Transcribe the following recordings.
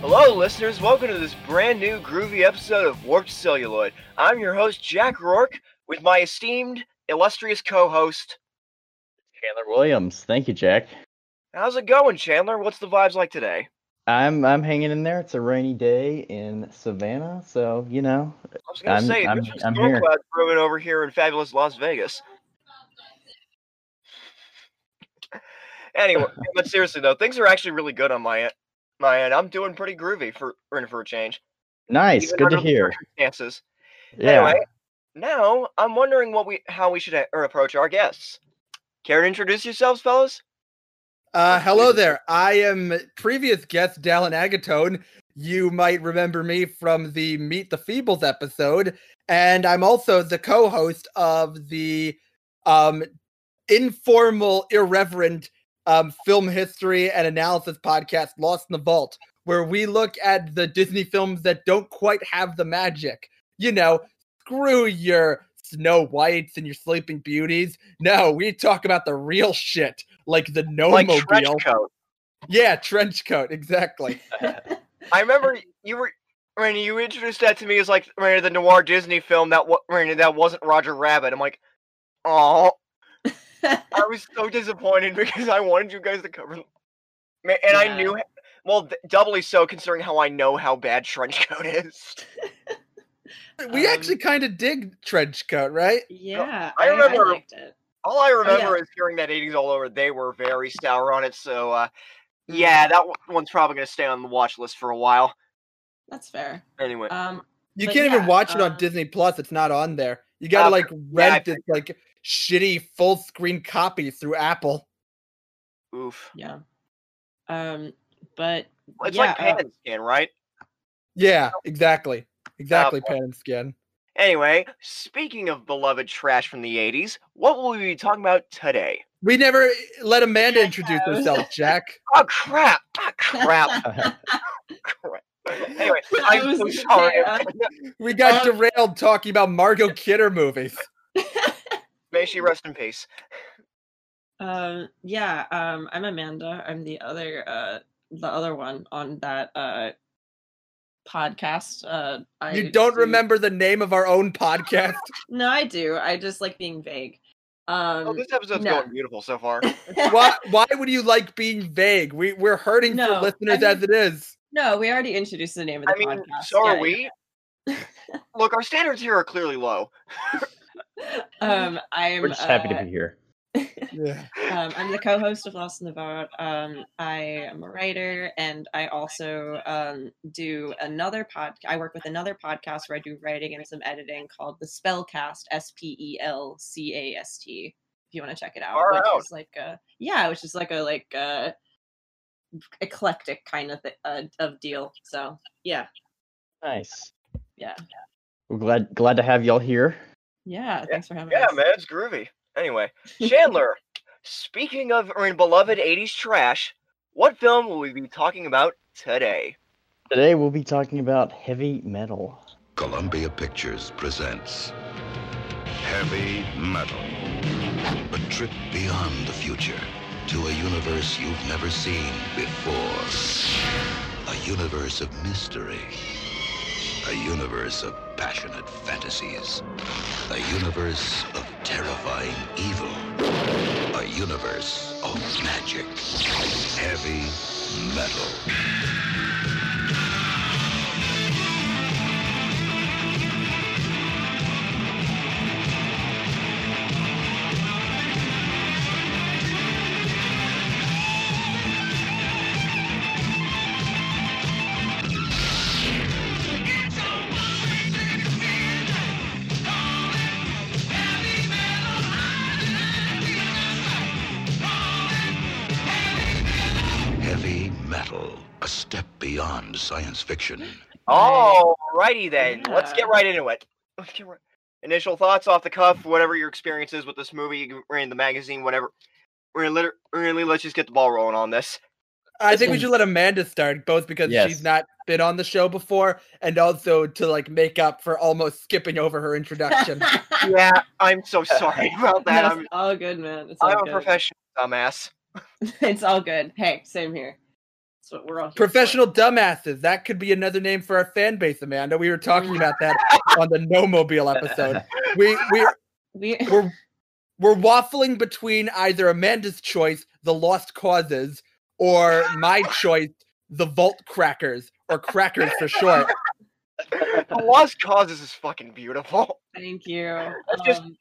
Hello, listeners. Welcome to this brand new groovy episode of Warped Celluloid. I'm your host, Jack Rourke, with my esteemed, illustrious co host. Chandler Williams. Thank you, Jack. How's it going, Chandler? What's the vibes like today? I'm I'm hanging in there. It's a rainy day in Savannah, so you know. I was going to I'm- say, I'm- there's some I'm storm here. clouds brewing over here in fabulous Las Vegas. anyway, but seriously, though, things are actually really good on my end. My end. I'm doing pretty groovy for, for, for a change. Nice, even good under to the hear. Circumstances. Yeah, Anyway, now I'm wondering what we how we should a- or approach our guests. Care to introduce yourselves, fellas? Uh, Let's hello do this. there. I am previous guest Dallin Agatone. You might remember me from the Meet the Feebles episode, and I'm also the co-host of the um, informal, irreverent um, film history and analysis podcast Lost in the Vault, where we look at the Disney films that don't quite have the magic. You know, screw your Snow Whites and your Sleeping Beauties. No, we talk about the real shit, like the No Like Oh, Mobile. trench coat. Yeah, trench coat, exactly. I remember you were Randy. You introduced that to me as like Randy the noir Disney film that wa- Randy that wasn't Roger Rabbit. I'm like, oh, I was so disappointed because I wanted you guys to cover, Ma- and I Yeah. knew. Well, d- doubly so considering how I know how bad trench coat is. We Um, actually kind of dig trench coat, right? yeah, I remember- liked it. All I Oh, yeah. remember is hearing that 80s all over. They were very sour on it, so uh, Mm-hmm. yeah, that one- one's probably going to stay on the watch list for a while. That's fair. Anyway, Um, You But can't even yeah, watch it on um, Oh, Disney Plus. It's not on there. You gotta Uh, like I rent this like shitty full screen copy through Apple. Uh, oof. yeah. Um, but It's yeah, like pan uh, and skin, right? Yeah, exactly. Exactly, boy. pan and skin. Anyway, speaking of beloved trash from the 80s, what will we be talking about today? We never let Amanda introduce knows? herself, Jack. Oh crap! Ah, crap! crap. Anyway, I'm was so uh, sorry. there. We got Um, derailed talking about Margot Kidder movies. May she rest in peace. um, yeah. Um, I'm Amanda. I'm the other, uh, the other one on that uh podcast. Uh, I You don't do- remember the name of our own podcast? No, I do. I just like being vague. Um, Oh, this episode's no. going beautiful so far. Why why would you like being vague? We we're hurting No, I for listeners as it is. no, we already introduced the name of the I mean, podcast. so are Yeah, we. Look, our standards here are clearly low. Um, I'm we're just happy uh, to be here. Yeah. Um, I'm the co-host of Lost in the Vault. Um, I am a writer, and I also um, do another pod. I work with another podcast where I do writing and some editing called the Spellcast. S P E L C A S T. If you want to check it out, Far which out. is like a yeah, which is like a like a eclectic kind of th- uh, of deal. So yeah, Nice. uh, Yeah. We're glad glad to have y'all here. yeah. Thanks for having Yeah, us. man, it's groovy. Anyway, Chandler, speaking of our beloved 80s trash, what film will we be talking about today? Today we'll be talking about heavy metal. Columbia Pictures presents Heavy Metal. A trip beyond the future to a universe you've never seen before. A universe of mystery. A universe of passionate fantasies. A universe of terrifying evil. A universe of magic. Heavy Metal. Heavy Metal. A step beyond science fiction. Alrighty then, let's get Yeah. right into it. Let's get right- Initial thoughts off the cuff, whatever your experience is with this movie, or in the magazine, whatever. We're gonna liter- really, let's just get the ball rolling on this. I think we Listen. should let Amanda start, both because Yes. she's not been on the show before, and also to like make up for almost skipping over her introduction. Yeah, I'm so sorry about that. No, I'm, it's all good, man. It's all um, I'm a good. professional dumbass. it's all good. Hey, same here. It's That's what we're all here for. Professional dumbasses. That could be another name for our fan base, Amanda. We were talking about that on the No Mobile episode. We we We we're we're waffling between either Amanda's choice, the Lost Causes, or my choice, the Vault Crackers, or Crackers for short. the Lost Causes is fucking beautiful. thank you. It's just- Um,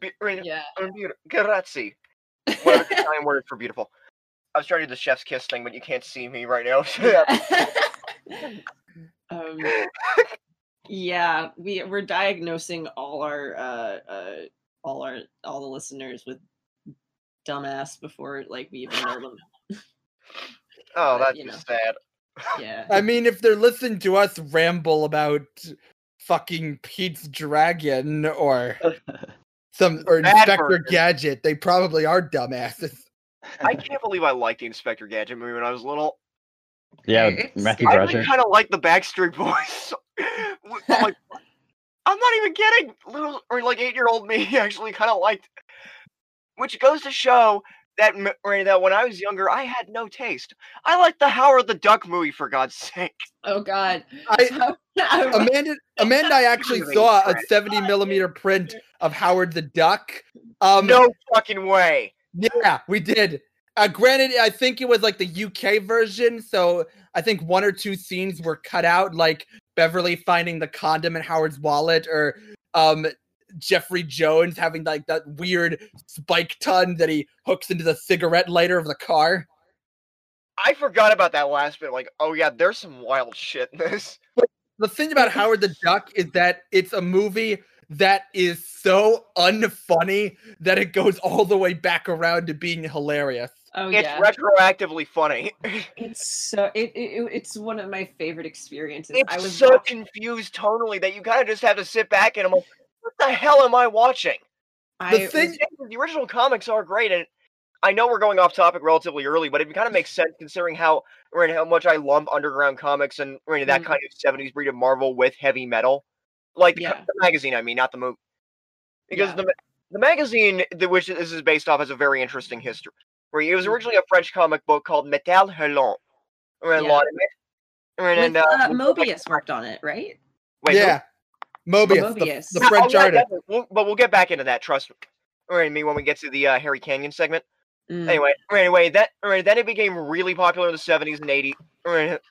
Be- right, yeah. I'm beautiful. Grazie. What is the Italian word for beautiful? I was trying to do the chef's kiss thing, but you can't see me right now. so yeah. um, yeah, we we're diagnosing all our uh, uh, all our all the listeners with dumbass before like we even know them. oh, But, that's you know. just sad. Yeah, I mean, if they're listening to us ramble about fucking Pete's dragon or some or Bad Inspector burger. Gadget, they probably are dumbasses. I can't believe I liked the Inspector Gadget movie when I was little. yeah, It's- Matthew I Broderick. really kind of like the Backstreet Boys. I'm like, I'm not even kidding. Little or like eight year old me actually kind of liked, which goes to show that m- or that when I was younger, I had no taste. I liked the Howard the Duck movie for God's sake. Oh God. I- I was- Amanda, Amanda, I actually Really saw a bad. seventy millimeter print of Howard the Duck. Um, No fucking way. Yeah, we did. Uh, granted, I think it was like the UK version, so I think one or two scenes were cut out, like Beverly finding the condom in Howard's wallet, or um, Jeffrey Jones having like that weird spike ton that he hooks into the cigarette lighter of the car. I forgot about that last bit. Like, oh yeah, there's some wild shit in this. The thing about Howard the Duck is that it's a movie that is so unfunny that it goes all the way back around to being hilarious. oh It's yeah. retroactively funny. It's so it, it it- it's one of my favorite experiences. I It's was so watching- confused tonally that you kind of just have to sit back and I'm like, what the hell am I watching? The I thing, the original comics are great, and I know we're going off topic relatively early, but it kind of makes sense considering how right, how much I lump underground comics and right, that Mhm. kind of seventies breed of Marvel with heavy metal, like the, co- Yeah. the magazine. I mean, not the movie, because Yeah. the ma- the magazine the, which this is based off has a very interesting history. Where it was Mhm. originally a French comic book called Metal Hurlant, right, Yeah. lot of it. Right, with, and, uh, uh, we'll go back- Mobius worked on it, right? wait, who- yeah, Mobius, the- Mobius. the No, oh, French yeah, artist. definitely. We'll- but we'll get back into that. Trust me. Right, me when we get to the uh, Harry Canyon segment. Mm. Anyway, anyway, that right, then it became really popular in the seventies and eighties,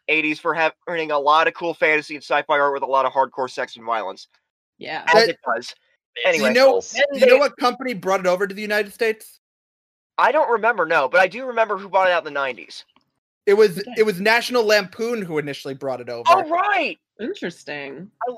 eighties for having a lot of cool fantasy and sci-fi art with a lot of hardcore sex and violence, Yeah. as That- it does. Do Anyway, you know, False. then do you know they- what company brought it over to the United States? I don't remember, no, but I do remember who bought it out in the nineties. It was Okay. it was National Lampoon who initially brought it over. Oh right, Interesting. I lo-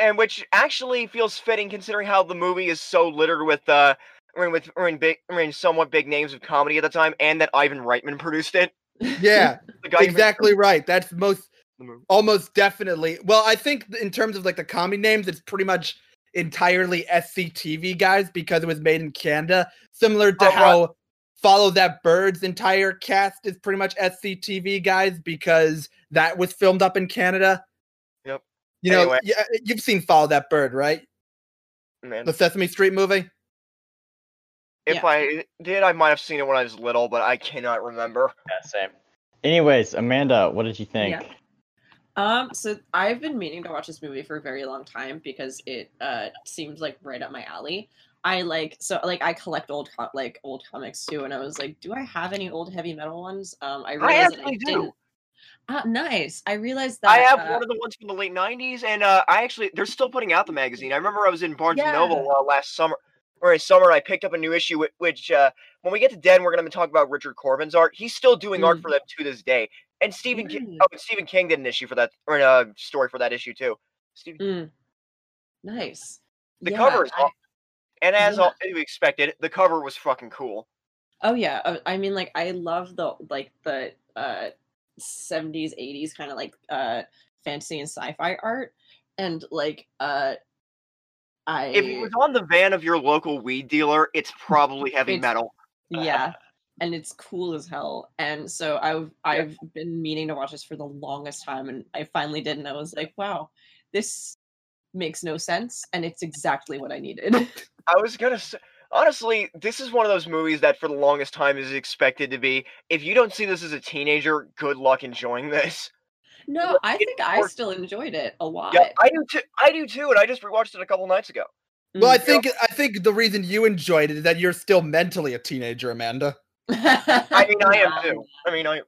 and which actually feels fitting considering how the movie is so littered with uh, I mean, with I mean, big, I mean, somewhat big names of comedy at the time, and that Ivan Reitman produced it. Yeah, The guy who made exactly right. That's most the movie. almost definitely. Well, I think in terms of like the comedy names, it's pretty much entirely SCTV guys because it was made in Canada. Similar to Oh, right. how Follow That Bird's entire cast is pretty much SCTV guys because that was filmed up in Canada. Yep. You know, Anyway. yeah, you've seen Follow That Bird, right? Man, The Sesame Street movie. if yeah. I did, I might have seen it when I was little, but I cannot remember. Yeah, same. Anyways, Amanda, what did you think? Yeah. Um, so I've been meaning to watch this movie for a very long time because it uh seems like right up my alley. I like so like I collect old co- like old comics too, and I was like, do I have any old heavy metal ones? Um, I realized that I actually do. didn't. Ah, nice. I realized that I have uh, one of the ones from the late '90s, and uh, I actually—they're still putting out the magazine. I remember I was in Barnes and Noble uh, last summer, or in summer, I picked up a new issue. whi- Which, uh, when we get to Den, we're going to talk about Richard Corbin's art. He's still doing art for them to this day. And Stephen, King, Mm. Really? oh, and Stephen King did an issue for that, or a uh, story for that issue too. Stephen, Mm. nice. the Yeah, cover is, I- aw- and as yeah. all, we expected, the cover was fucking cool. Oh yeah, uh, I mean like I love the like the uh 70s 80s kind of like uh fantasy and sci-fi art and like uh I If it was on the van of your local weed dealer, it's probably heavy It's- metal. yeah and it's cool as hell and so I've I've been meaning to watch this for the longest time and I finally did and I was like wow this makes no sense and it's exactly what I needed I was gonna say, honestly, this is one of those movies that for the longest time is expected to be. If you don't see this as a teenager, good luck enjoying this. No, I think I still enjoyed it a lot. Yeah, I do too. I do too, and I just rewatched it a couple nights ago. Well, I Yeah. think I think the reason you enjoyed it is that you're still mentally a teenager, Amanda. Mm. I mean, I am too. I mean, I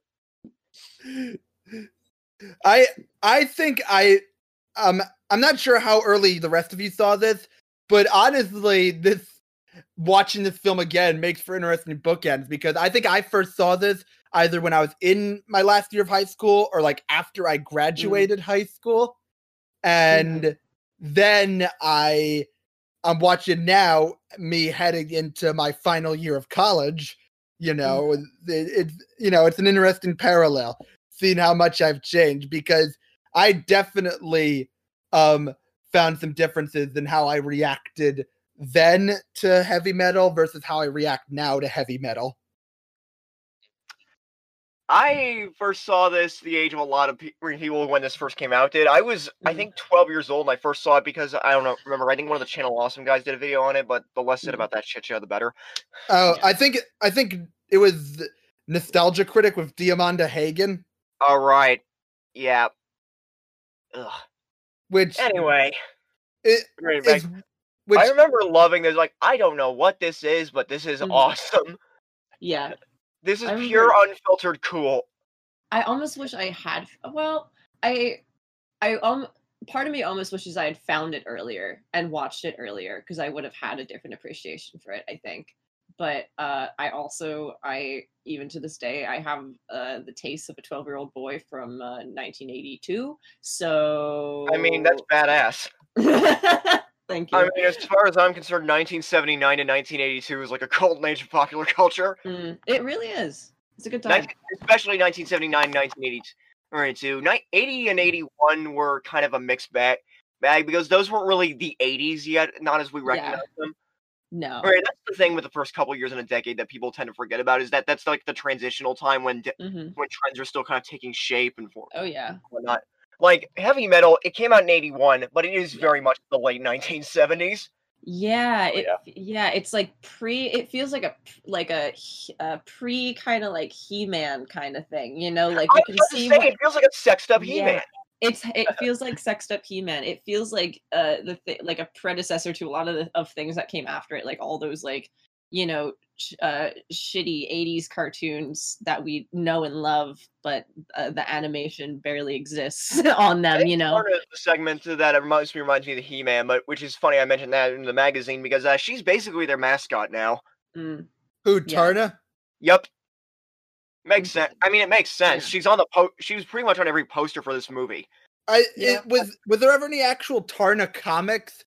I I think I um I'm not sure how early the rest of you saw this, but honestly, this watching this film again makes for interesting bookends because I think I first saw this either when I was in my last year of high school or like after I graduated high school. And then I I'm watching now me heading into my final year of college, you know, and it, it's you know, it's an interesting parallel seeing how much I've changed because I definitely um found some differences in how I reacted then to heavy metal versus how I react now to heavy metal. I first saw this the age of a lot of pe- people when this first came out. Did I was I Mhm. think 12 years old and I first saw it because I don't know remember I think one of the Channel Awesome guys did a video on it. But the less said Mhm. about that shit show, the better. Oh, Yeah. I think I think it was Nostalgia Critic with Diamanda Hagen, All right, yeah. Ugh. which Anyway, it, right, back- is, which I remember loving this. Like I don't know what this is, but this is Mhm. awesome. Yeah. This is I remember- pure unfiltered cool. I almost wish I had. Well, I, I um, part of me almost wishes I had found it earlier and watched it earlier because I would have had a different appreciation for it. I think, but uh, I also, I even to this day, I have uh, the taste of a twelve-year-old boy from uh, 1982. So I mean, Oh, that's badass. Thank you. I mean, as far as I'm concerned, 1979 to 1982 is like a golden age of popular culture, Mm, it really is. It's a good time. 19 especially 1979, 1982. Ni- 80 Mm. and 81 were kind of a mixed bag, bag because those weren't really the 80s yet, not as we Yeah. recognize them. No. Right, that's the thing with the first couple years in a decade that people tend to forget about is that that's like the transitional time when de- hmm when trends are still kind of taking shape and form Oh yeah. whatnot. Like heavy metal, it came out in 81, but it is Yeah. very much the late 1970s. Yeah, Oh, it, yeah, It's like pre. It feels like a p- like a, he- a pre kind of like He Man kind of thing. You know, like I you was can about to see say, what it feels like a sexed up Yeah. He-Man. it's. It feels like sexed up He Man. It feels like uh the th- like a predecessor to a lot of the of things that came after it. Like all those like you know sh- uh shitty 80s cartoons that we know and love but uh, the animation barely exists on them That's um, you know Part of the segment that reminds me reminds me of the He-Man, but which is funny I mentioned that in the magazine because uh, she's basically their mascot now. Mm, who yeah. Tarna? Yep. Makes Mhm. sense. I mean, it makes sense. Yeah. She's on the po- she was pretty much on every poster for this movie. I Yeah. it was was there ever any actual Tarna comics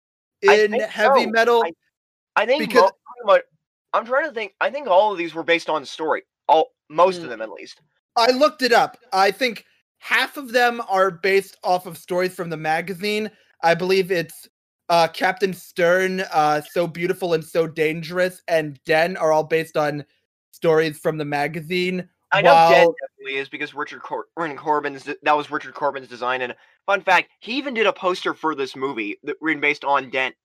I in think heavy so. metal? I- I think Because- mo- pretty much- I'm trying to think. I think all of these were based on story. All most Mm. of them, at least. I looked it up. I think half of them are based off of stories from the magazine. I believe it's uh, Captain Stern, uh, So Beautiful and So Dangerous, and Den are all based on stories from the magazine. I know Dead Wow. definitely is because Richard Cor- Ren Corbin's de- that was Richard Corbin's design. And fun fact, he even did a poster for this movie that written based on Dent,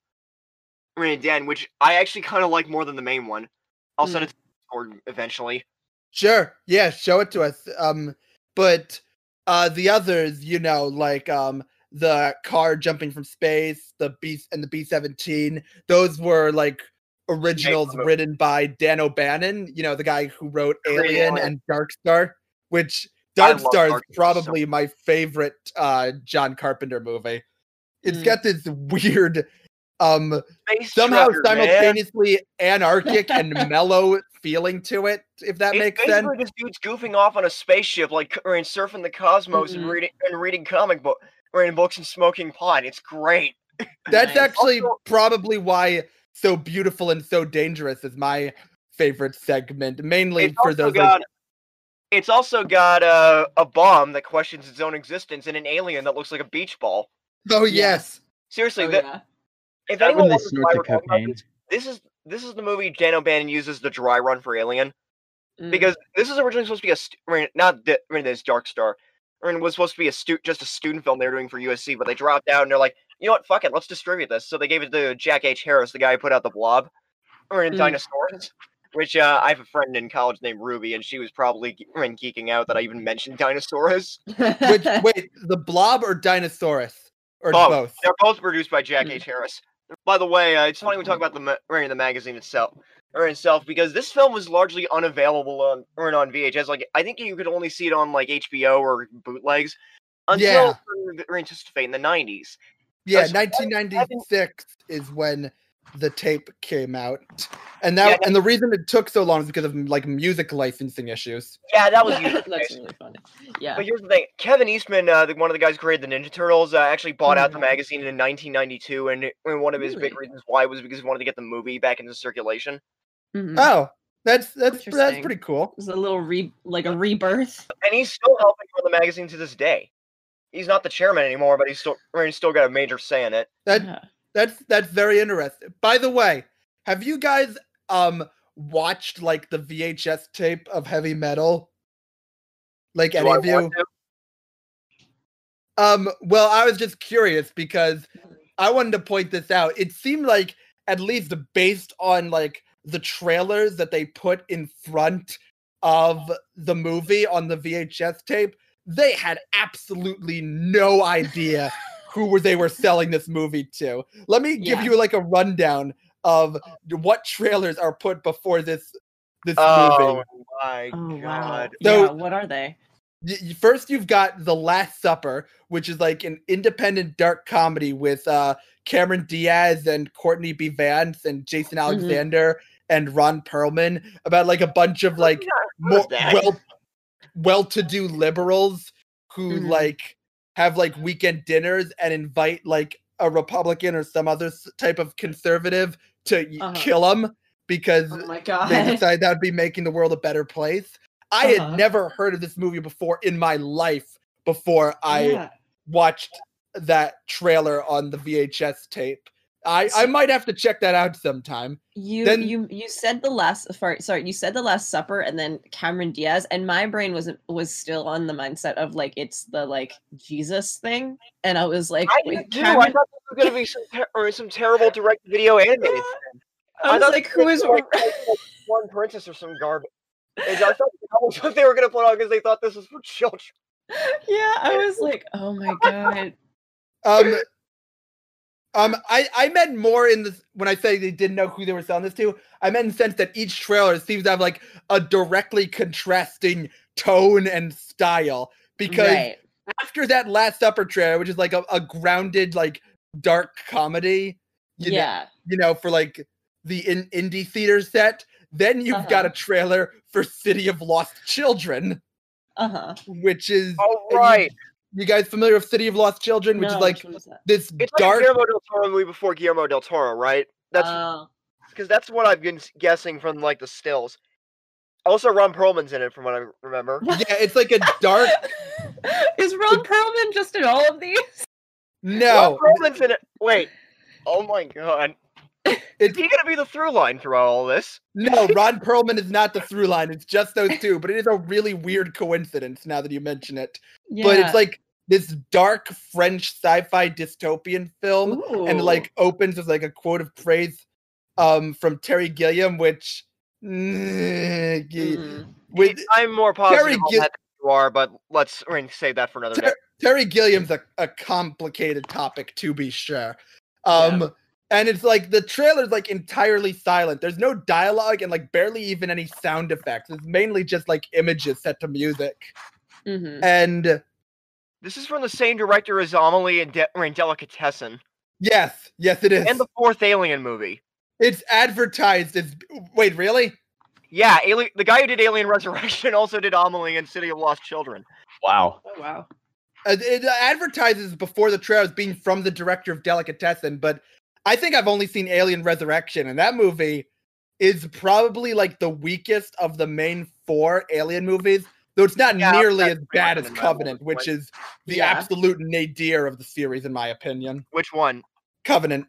Ren Den, which I actually kind of like more than the main one. I'll send it to Hmm. Discord eventually. Sure, yeah, show it to us. Um, but uh, the others, you know, like um, the car jumping from space, the B and the B seventeen, those were like originals some of- written by Dan O'Bannon, you know, the guy who wrote Created Alien Alien. and Dark Star, which I Dark love Star is Dark Star so probably my favorite uh, John Carpenter movie. It's Mm. got this weird um Space somehow trucker, man. simultaneously anarchic and mellow feeling to it, if that It's makes sense. basically just dudes goofing off on a spaceship, like or in surfing the cosmos and Mhm. reading and reading comic book or in books and smoking pot. It's great. That's Nice. actually Also- probably why so beautiful and so dangerous is my favorite segment, mainly It's for also those. got like, it's also got a, a bomb that questions its own existence and an alien that looks like a beach ball. oh Yeah. yes, Seriously, Oh, that, yeah. if That anyone when they wonders snort why the we're talking about cocaine. this, this is this is the movie Dan O'Bannon uses the dry run for Alien Mm. because this is originally supposed to be a st- I mean, not di- I mean, this Dark Star, I mean, it was supposed to be a stu- just a student film they were doing for USC, but they dropped out and they're like, you know what, fuck it, let's distribute this. So they gave it to Jack H. Harris, the guy who put out the Blob, or in Mm. dinosaurs. Which uh, I have a friend in college named Ruby, and she was probably ge- I mean, geeking out that I even mentioned dinosaurs. Which, wait, the blob or Dinosaurus? Or Both. both? They're both produced by Jack Mm. H. Harris. By the way, uh, it's funny we talk about the ma- or the magazine itself or itself because this film was largely unavailable on or on VHS. Like I think you could only see it on like HBO or bootlegs Yeah. until or anticipate in the nineties. Yeah, so that- 1996 is when the tape came out, and that Yeah, that- and the reason it took so long is because of like music licensing issues. Yeah, that was usually the That's case. really funny. Yeah. But here's the thing: Kevin Eastman, uh, the, one of the guys who created the Ninja Turtles, uh, actually bought out the Mhm. magazine in 1992, and, and one of his big Really? reasons why was because he wanted to get the movie back into circulation. Hmm. Mhm. Oh, that's that's that's Interesting. pretty cool. It was a little re like a rebirth. and he's still helping run the magazine to this day. He's not the chairman anymore, but he's still I mean, he's still got a major say in it. That Yeah. that's that's very interesting. By the way, have you guys um watched like the VHS tape of Heavy Metal? Like Do any I of you? want to? Um, well, I was just curious because I wanted to point this out. It seemed like, at least based on like the trailers that they put in front of the movie on the VHS tape, they had absolutely no idea who were they were selling this movie to. Let me give Yeah. you like a rundown of what trailers are put before this this movie. Oh my Oh wow. god! So- yeah, what are they? y- y- first you've got the last supper which is like an independent dark comedy with uh cameron diaz and courtney b vance and jason alexander and ron perlman about like a bunch of like heard more of that. well well-to-do liberals who Mhm. like have like weekend dinners and invite like a republican or some other s- type of conservative to y- Uh-huh. kill him because Oh my they god. decided that would be making the world a better place. I had Uh-huh. never heard of this movie before in my life before I Yeah. watched that trailer on the VHS tape. I, I So- might have to check that out sometime. You Then- you you said the last for, sorry you said the Last Supper and then Cameron Diaz and my brain was was still on the mindset of like it's the like Jesus thing and I was like I wait, did too. I Cameron- thought this was gonna be some ter- or some terrible direct video animated. Yeah, thing. I was thought like this who is gonna be like- like one princess or some garbage. I thought that was what they were gonna put on because they thought this was for children. yeah I was like oh my god Um, um, I, I meant more in this when I say they didn't know who they were selling this to. I meant in the sense that each trailer seems to have like a directly contrasting tone and style because right after that Last Supper trailer, which is like a, a grounded like dark comedy, you know, yeah you know, for like the in- indie theater set. Then you've got a Uh-huh. trailer for City of Lost Children, uh huh which is All you- right, you guys familiar with City of Lost Children, which is like this it's like a dark. Guillermo del Toro movie before Guillermo del Toro, right? That's Uh. Oh. because that's what I've been s- guessing from like the stills. Also, Ron Perlman's in it, from what I remember. yeah, it's like a dark. is Ron Perlman just in all of these No, Ron Perlman's in it. Wait, oh my god, is it's he gonna be the through line throughout all this? no. Ron Perlman is not the through line. It's just those two. But it is a really weird coincidence now that you mention it. yeah But it's like this dark French sci-fi dystopian film. and it, like opens with like a quote of praise um from Terry Gilliam, which mm, ye- Mm-hmm. with I'm more positive Terry on Gil- that than you are, but let's I mean, save that for another day. Ter- Terry Gilliam's a, a complicated topic to be sure. Um and it's like the trailer's like entirely silent. There's no dialogue and like barely even any sound effects. It's mainly just like images set to music. Mm-hmm. hmm Mm-hmm. And This is from the same director as Amelie and De- I mean, Delicatessen yes, yes it is. and the fourth Alien movie. it's advertised as wait, really? Yeah, Alien, the guy who did Alien Resurrection also did Amelie and City of Lost Children. Wow. oh wow Uh, It advertises before the trailer as being from the director of Delicatessen, but I think I've only seen Alien Resurrection, and that movie is probably like the weakest of the main four Alien movies. Though it's not Yeah, nearly that's as bad as pretty much what Covenant, it was. which is the Yeah. absolute nadir of the series, in my opinion. Which one? Covenant.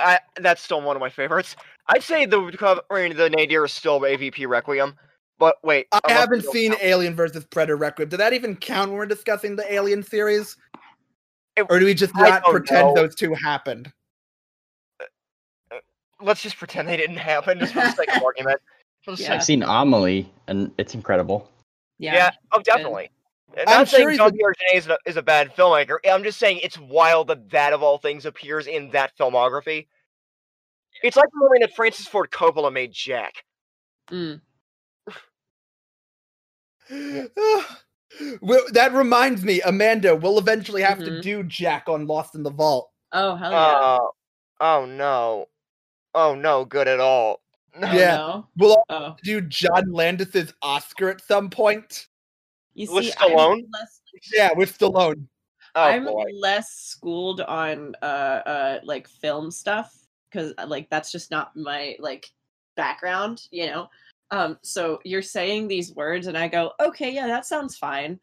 I, that's still one of my favorites. I'd say the co- I mean, the Nadir is still AVP Requiem, but wait, I unless haven't you don't seen count- Alien versus Predator Requiem. Did that even count when we're discussing the Alien series? It- Or do we just I not don't pretend know. those two happened? let's just pretend they didn't happen just for the sake of argument. For the Yeah. sake- I've seen Amelie, and it's incredible. yeah. Yeah. oh, good. definitely. And I'm not sure saying he's John a- Diogenes is a, is a bad filmmaker. I'm just saying it's wild that that of all things appears in that filmography. It's like the moment that Francis Ford Coppola made Jack. Mm. well, that reminds me, Amanda will eventually have to Mhm. do Jack on Lost in the Vault. Oh hell yeah. Oh, oh no, oh no, good at all. oh, yeah. no. We'll also Oh. do John Landis's Oscar at some point. You With see, I'm Stallone? less- Yeah, with Stallone. Oh I'm boy. less schooled on uh uh like film stuff because like that's just not my like background, you know. Um, so you're saying these words, and I go, okay, yeah, that sounds fine.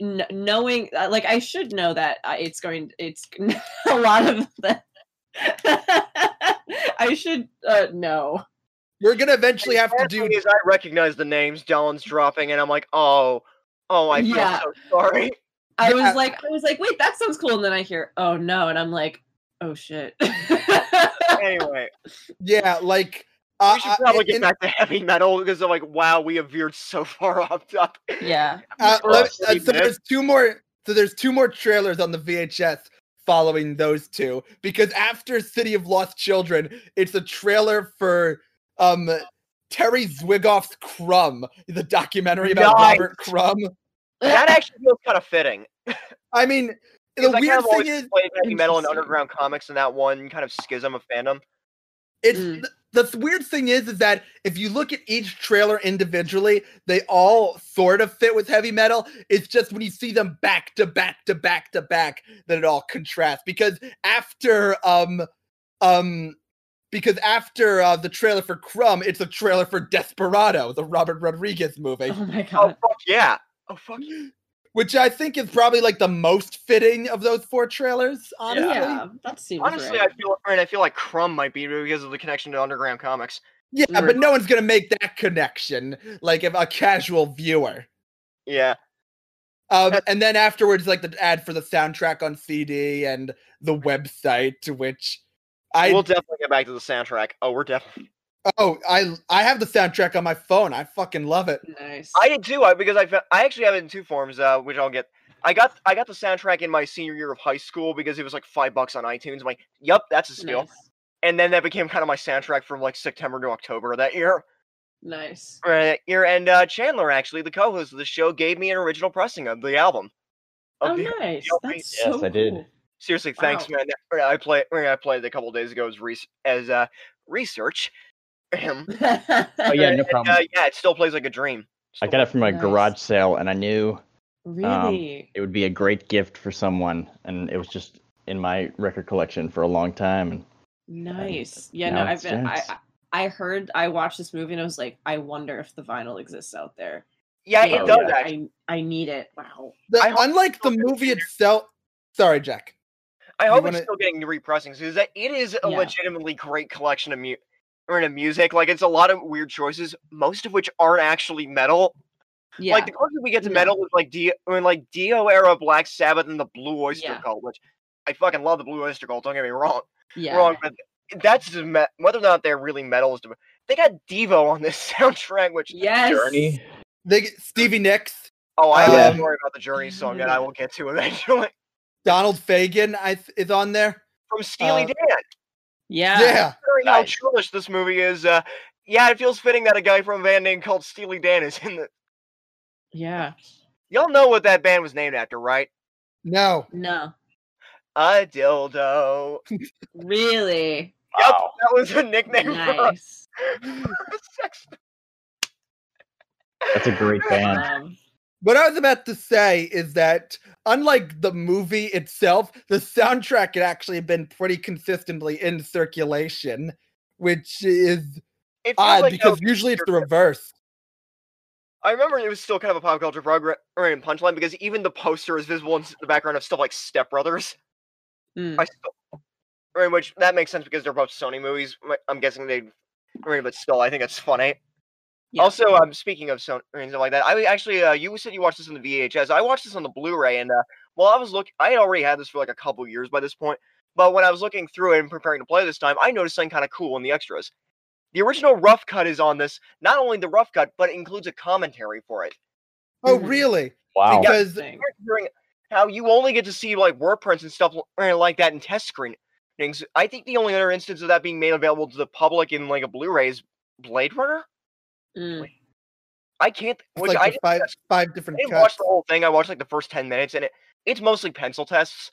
N- knowing, uh, like, I should know that I, it's going. It's a lot of the. I should uh, know. We're gonna eventually have to Sad do thing is I recognize the names Dylan's dropping, and I'm like, oh, oh, I feel Yeah. so sorry. I Yeah. was like, I was like, wait, that sounds cool, and then I hear, oh no, and I'm like, oh shit. Anyway, yeah, like uh, we should uh, probably in- get in- back to heavy metal because I'm like, wow, we have veered so far off top. yeah. uh, for let- us to uh, be so missed. there's two more. So there's two more trailers on the VHS following those two because after City of Lost Children, it's a trailer for um Terry Zwigoff's Crumb, the documentary about Nice. Robert Crumb. uh, That actually feels kind of fitting. I mean, the because I kind weird of thing always is, played heavy metal and Interesting. underground comics in that one kind of schism of fandom. Uh-huh. it's Mm. th- the, th- weird thing is, is that if you look at each trailer individually, they all sort of fit with heavy metal. It's just when you see them back to back to back to back that it all contrasts. Because after um um because after uh, the trailer for Crumb, it's a trailer for Desperado, the Robert Rodriguez movie, Oh my Oh god. fuck yeah! Oh fuck yeah! which I think is probably like the most fitting of those four trailers. Honestly, Yeah, that seems Honestly, I right. feel and I feel like Crumb might be because of the connection to underground comics. yeah, Mm. but no one's gonna make that connection. Like if a casual viewer. Yeah, Um, Yeah. and then afterwards, like the ad for the soundtrack on CD and the website, which I we'll definitely get back to the soundtrack. Oh, we're definitely. oh I I have the soundtrack on my phone. I fucking love it. nice. I did too. I because I fe- I actually have it in two forms, uh, which I'll get. I got I got the soundtrack in my senior year of high school because it was like five bucks on iTunes. I'm like, yep, that's a steal. nice. And then that became kind of my soundtrack from like September to October of that year. Nice. Right, that year, and uh, Chandler actually, the co-host of the show, gave me an original pressing of the album. Of Oh, the- nice. LP. That's Yes, so I did. cool. Seriously, thanks, man. That- or I play or I played a couple days ago as res- as uh, research. Ahem. Oh yeah, And, no problem. Uh, yeah, it still plays like a dream. I got it from a Nice. garage sale, and I knew really? it would be a great gift for someone, and it was just in my record collection for a long time. And nice. Yeah, now no, I've it's been. I, jazz. I I heard. I watched this movie and I was like, I wonder if the vinyl exists out there. Yeah, You it know, does. yeah. Actually. Oh, I I need it. Wow. The- I hope unlike the it's still movie itself, sorry, Jack. I You hope wanna- it's still getting repressings because that it is a Yeah. legitimately great collection of mu- or in music. Like it's a lot of weird choices, most of which aren't actually metal. Yeah. Like the closest we get to No. metal is like Dio, I mean, like Dio era Black Sabbath and the Blue Oyster Yeah. Cult, which I fucking love the Blue Oyster Cult. Don't get me wrong, yeah. wrong, but that's the me- whether or not they're really metal is. deb- They got Devo on this soundtrack, which Yes. Journey. They get Stevie Nicks, oh, I have Um, a story about the Journey song that I Mm-hmm. will get to eventually Donald Fagen, I th- is on there. from Steely Oh, Uh, Dan. Yeah. Yeah, considering how Nice. churlish this movie is, uh, yeah, it feels fitting that a guy from a band name called Steely Dan is in the. Yeah. Y'all know what that band was named after, right? no, No. A dildo. Yep, Really. that was a nickname for a- nice. for a sex. That's a great band. Um, What I was about to say is that, unlike the movie itself, the soundtrack had actually been pretty consistently in circulation, which is It feels like odd that because was- usually it's the reverse. I remember it was still kind of a pop culture drug re- or in punchline because even the poster is visible in s- the background of stuff like Step Brothers. mm, I still, I mean, which that makes sense because they're both Sony movies. m- I'm guessing they, I mean, but still, I think it's funny. Yeah. Also, um, speaking of Sony and stuff like that, I actually, uh, you said you watched this on the VHS. I watched this on the Blu-ray, and uh, while I was look, I had already had this for like a couple years by this point. But when I was looking through it and preparing to play this time, I noticed something kind of cool in the extras. The original rough cut is on this. Not only the rough cut, but it includes a commentary for it. Oh, Mhm. really? Wow. Yeah. Because Thing. Considering How you only get to see like word prints and stuff l- uh, like that in test screenings. I think the only other instance of that being made available to the public in like a Blu-ray is Blade Runner. Mm. I can't. it's Which like I the didn't five test- five I different didn't watch cuts. the whole thing. I watched like the first ten minutes, and it it's mostly pencil tests.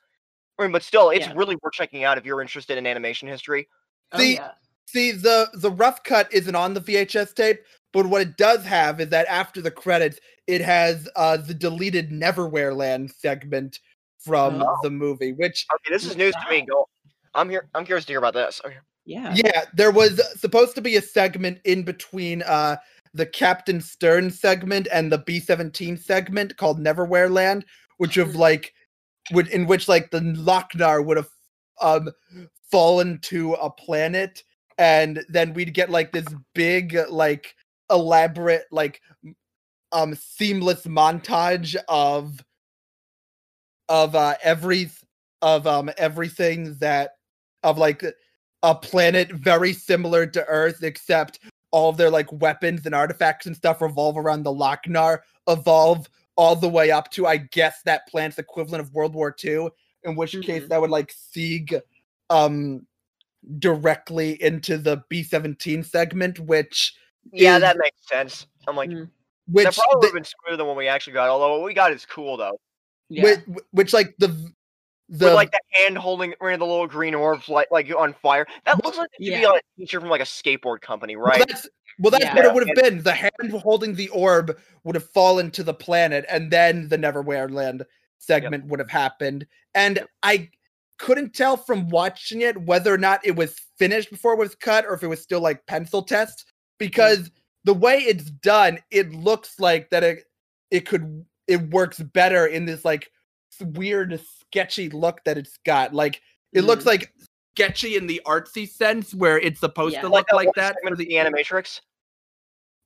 I mean, but still, it's Yeah. really worth checking out if you're interested in animation history. Oh, See, yeah. See, the the rough cut isn't on the VHS tape, but what it does have is that after the credits, it has uh the deleted Neverwhereland segment from Oh. the movie, which Okay, this is news to me. Go. I'm here. I'm curious to hear about this. Okay. Yeah. yeah, there was supposed to be a segment in between uh the Captain Stern segment and the B17 segment called Neverwhereland, which of Mhm. like would in which like the Lochnar would have um fallen to a planet and then we'd get like this big like elaborate like m- um seamless montage of of uh every of um everything that of like a planet very similar to earth except all of their like weapons and artifacts and stuff revolve around the Lochnar evolve all the way up to I guess that planet's equivalent of World War II in which case Mm-hmm. Mhm. that would like sieg um directly into the B17 segment which Yeah, Is- that makes sense. I'm like, Mm, which that probably would the- have been smoother than what we actually got. Although what we got is cool though. Yeah. which, which like the v- the With like the hand holding right, the little green orb like like on fire. That looks like it should be Yeah. on a t-shirt from like a skateboard company, Well, right? that's, well, that's Yeah. what it would have been. The hand holding the orb would have fallen to the planet, and then the Neverwhereland segment would have happened. And I couldn't tell from watching it whether or not it was finished before it was cut or if it was still like pencil test because the way it's done, it looks like that it it could it works better in this like s- weird sketchy look that it's got. Like it looks Mhm. like sketchy in the artsy sense where it's supposed Yeah. to look like one that. segment for of the- the Animatrix.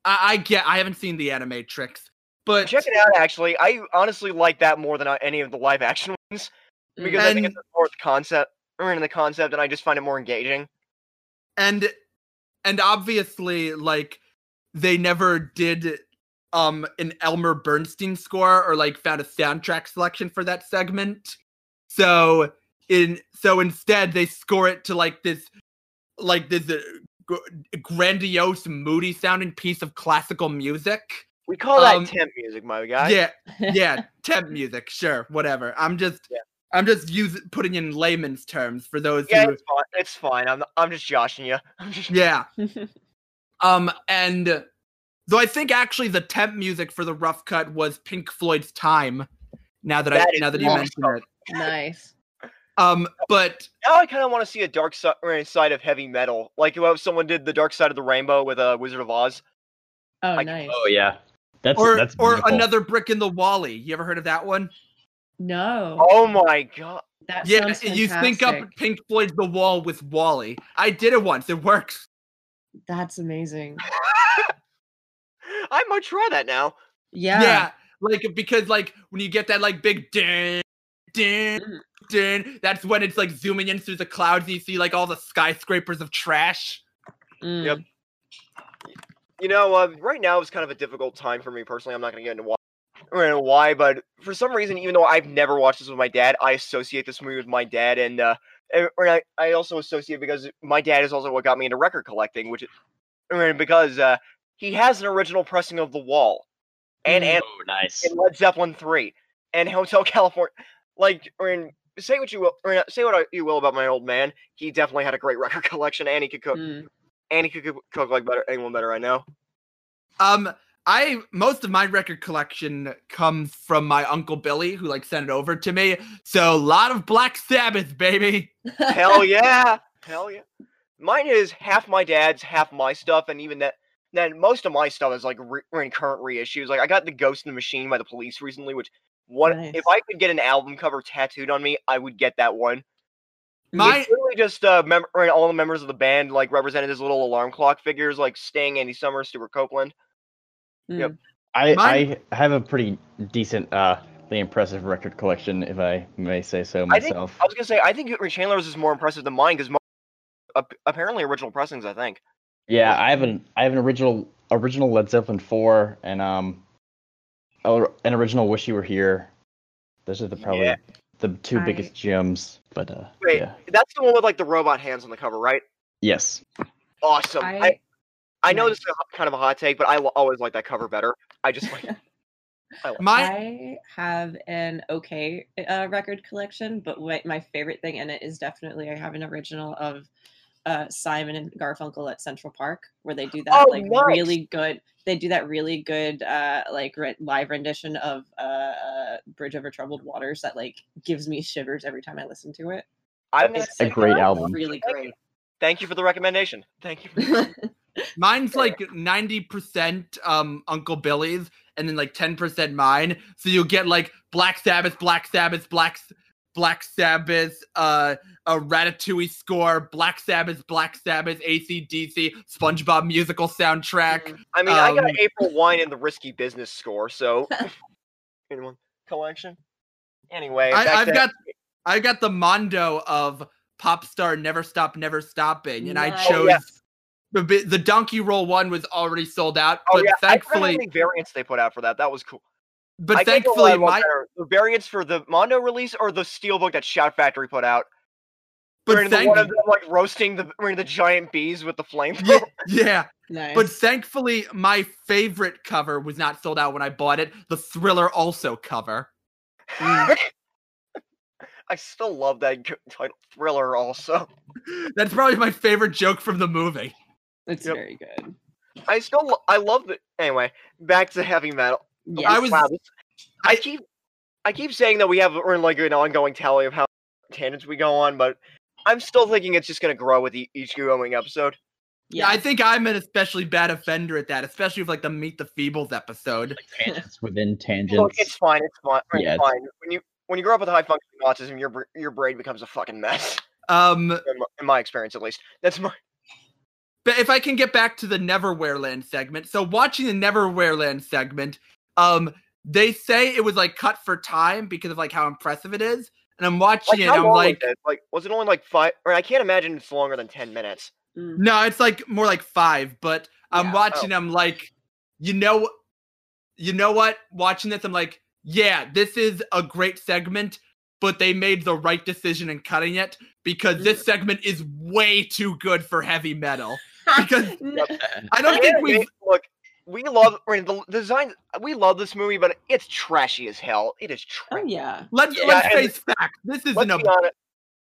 I, I get. I haven't seen the animatrix, but Check it out. Actually, I honestly like that more than uh, any of the live action ones Mm. because I think it's And- a fourth concept or in the concept, and I just find it more engaging. and and obviously, like they never did um an Elmer Bernstein score or like found a soundtrack selection for that segment. So in so instead they score it to like this like this uh, gr- grandiose moody sounding piece of classical music. We call that Um, temp music, my guy. Yeah, yeah, temp music, sure, whatever. I'm just Yeah. I'm just using putting in layman's terms for those Yeah, who it's fine. It's fine. I'm I'm just joshing you. I'm just Yeah. Um and though I think actually the temp music for the rough cut was Pink Floyd's Time. Now that, That I is now that you awesome. mentioned it. nice. Um but now I kind of want to see a dark si- or a side of heavy metal, like how someone did the Dark Side of the Rainbow with a uh, Wizard of Oz. Oh, I- nice. Oh yeah. That's or that's or beautiful. another brick in the Wally. You ever heard of that one? No. Oh my god! that yeah, sounds you sync up fantastic. Pink Floyd's The Wall with Wally. I did it once. It works. That's amazing. I might try that now. Yeah. like because like when you get that like big din din Mhm. din, that's when it's like zooming in through the clouds and you see like all the skyscrapers of trash. Mm. Yep. You know, uh, right now is kind of a difficult time for me personally. I'm not going to get into why, or into why, but for some reason, even though I've never watched this with my dad, I associate this movie with my dad, and uh, and- or I, I also associate because my dad is also what got me into record collecting, which is or because uh, he has an original pressing of The Wall, and Mm. and Oh nice. and Led Zeppelin three and Hotel California. Like, I mean, say what you will, or say what I- you will about my old man. He definitely had a great record collection, and he could cook. Mm. And he could cook- cook like better anyone better I know. Um, I most of my record collection comes from my uncle Billy, who like sent it over to me. So a lot of Black Sabbath, baby. Hell yeah, hell yeah. Mine is half my dad's, half my stuff, and even that. Then most of my stuff is like re- we're in current reissues. Like I got the Ghost in the Machine by the Police recently, which one Nice. if I could get an album cover tattooed on me, I would get that one. My it's literally just uh, mem- or all the members of the band like represented as little alarm clock figures, like Sting, Andy Summers, Stuart Copeland. Mm. Yep. I, Mine- I have a pretty decent uh, the impressive record collection, if I may say so I think I myself. was gonna say I think Ray Chandler's is more impressive than mine because apparently original pressings. I think. yeah, I have an I have an original original Led Zeppelin four and um or- an original Wish You Were Here. Those are the probably Yeah. the two I- biggest gems. But uh, Wait, yeah, that's the one with like the robot hands on the cover, right? yes, Awesome. I, I, I know yeah. this is a h- kind of a hot take, but I l- always like that cover better. I just like My I have an okay uh, record collection, but what my favorite thing in it is definitely I have an original of uh, Simon and Garfunkel at Central Park, where they do that Oh, like nice. really good. They do that really good uh, like re- live rendition of uh, uh, "Bridge Over Troubled Waters" that like gives me shivers every time I listen to it. I'm gonna It's a say- great it's album. Really great. Thank you for the recommendation. Thank you. For the mine's like ninety percent um Uncle Billy's, and then like ten percent mine. So you get like Black Sabbath, Black Sabbath, Black S- Black Sabbath, uh, a Ratatouille score, Black Sabbath, Black Sabbath, AC/DC, SpongeBob musical soundtrack. I mean, I got Um, April Wine in the Risky Business score, so anyone collection. Anyway, I, back I've to- got I've got the Mondo of pop star Never Stop Never Stopping, and I Nice. Oh, chose yeah. the bi- the Donkey Roll one was already sold out, Oh but yeah, I forgot thankfully, how many variants they put out for that. That was cool. but I can't go thankfully on one my better. the variants for the Mondo release or the Steelbook that Shout Factory put out. but Wherein the one of thank, them like roasting the wherein the giant bees with the flame. yeah, yeah, nice. but thankfully my favorite cover was not sold out when I bought it. The Thriller also cover. I still love that g- title thriller. Also, That's probably my favorite joke from the movie. it's Yep. very good. I still lo- I love it. Anyway, back to heavy metal. Yes. I was Wow, this- I keep I keep saying that we have we're in like an ongoing tally of how tangents we go on, but I'm still thinking it's just gonna grow with e- each growing episode. yeah, I think I'm an especially bad offender at that, especially with like the Meet the Feebles episode. tangents within tangents. Look, it's fine. It's fine. It's Yeah, it's- fine. When you when you grow up with high functioning autism, your br- your brain becomes a fucking mess. Um, In my, in my experience, at least. That's my. But if I can get back to the Neverwearland segment, so watching the Neverwearland segment, um, they say it was like cut for time because of like how impressive it is, and I'm watching Like, it, how and I'm long like, was it? Like, was it only like five? Or I can't imagine it's longer than ten minutes. Mm. no, it's like more like five. But I'm Yeah. watching, oh. I'm like, you know, you know what? Watching this, I'm like, yeah, this is a great segment, but they made the right decision in cutting it because this Mm. segment is way too good for heavy metal. Because- No, I don't Yeah, think we've they- look. We love I mean, the design. We love this movie, but it's trashy as hell. It is oh trash. yeah. let's Yeah, let's and- face facts. This is Let's an be honest.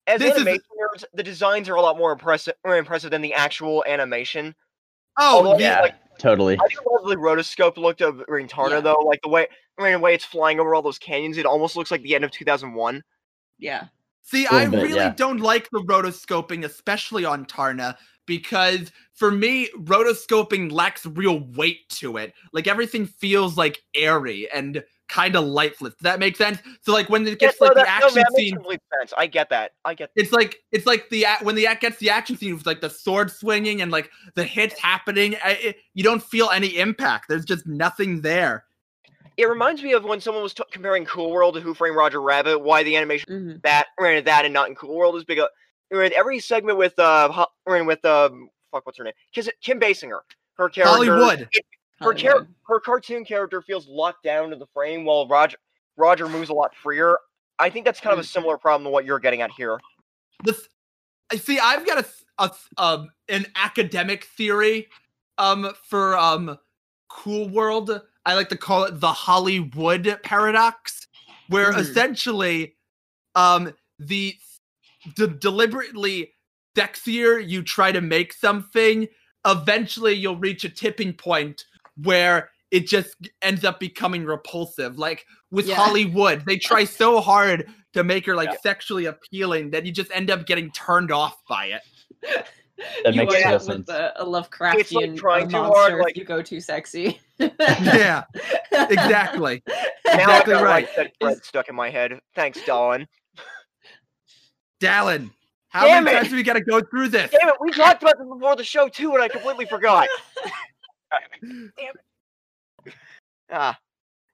As This is- animation nerds, the designs are a lot more impressive, more impressive than the actual animation. oh although, yeah. yeah, like- totally. I do love the rotoscope look of Rintarna, Yeah. though. Like the way, I mean, the way it's flying over all those canyons, it almost looks like the end of 2001. Yeah. See, Little I bit, really yeah. don't like the rotoscoping, especially on Tarna, because for me, rotoscoping lacks real weight to it. Like everything feels like airy and kind of lifeless. Does that make sense? So like when it gets Yeah, no, like that, the no, action that makes scene, complete sense. I get that. I get. it's like it's like the ac- when the act gets the action scene with like the sword swinging and like the hits happening, I, it, you don't feel any impact. There's just nothing there. It reminds me of when someone was t- comparing Cool World to Who Framed Roger Rabbit. Why the animation hmm that ran that and not in Cool World is big. Ran every segment with uh Ho- ran with um fuck what's her name? Kis- Kim Basinger. Her character. Hollywood. her char- her cartoon character feels locked down to the frame while Roger Roger moves a lot freer. I think that's kind of a Mm. similar problem to what you're getting at here. this I see i've got a, th- a th- um an academic theory um for um cool world i like to call it the hollywood paradox where Mhm. essentially um the d- deliberately sexier you try to make something eventually you'll reach a tipping point where it just g- ends up becoming repulsive like with Yeah. hollywood they try so hard to make her like Yeah. sexually appealing that you just end up getting turned off by it. That you makes end no up sense. with a, a Lovecraftian trying uh, too hard, monster if like- you go too sexy. Yeah, exactly. Now I've Exactly got, right. Like, that thread stuck in my head. Thanks, Dolan. Dallin, how Damn many it. times do we got to go through this? Damn it, we talked about this before the show too, and I completely forgot. Damn it. Ah.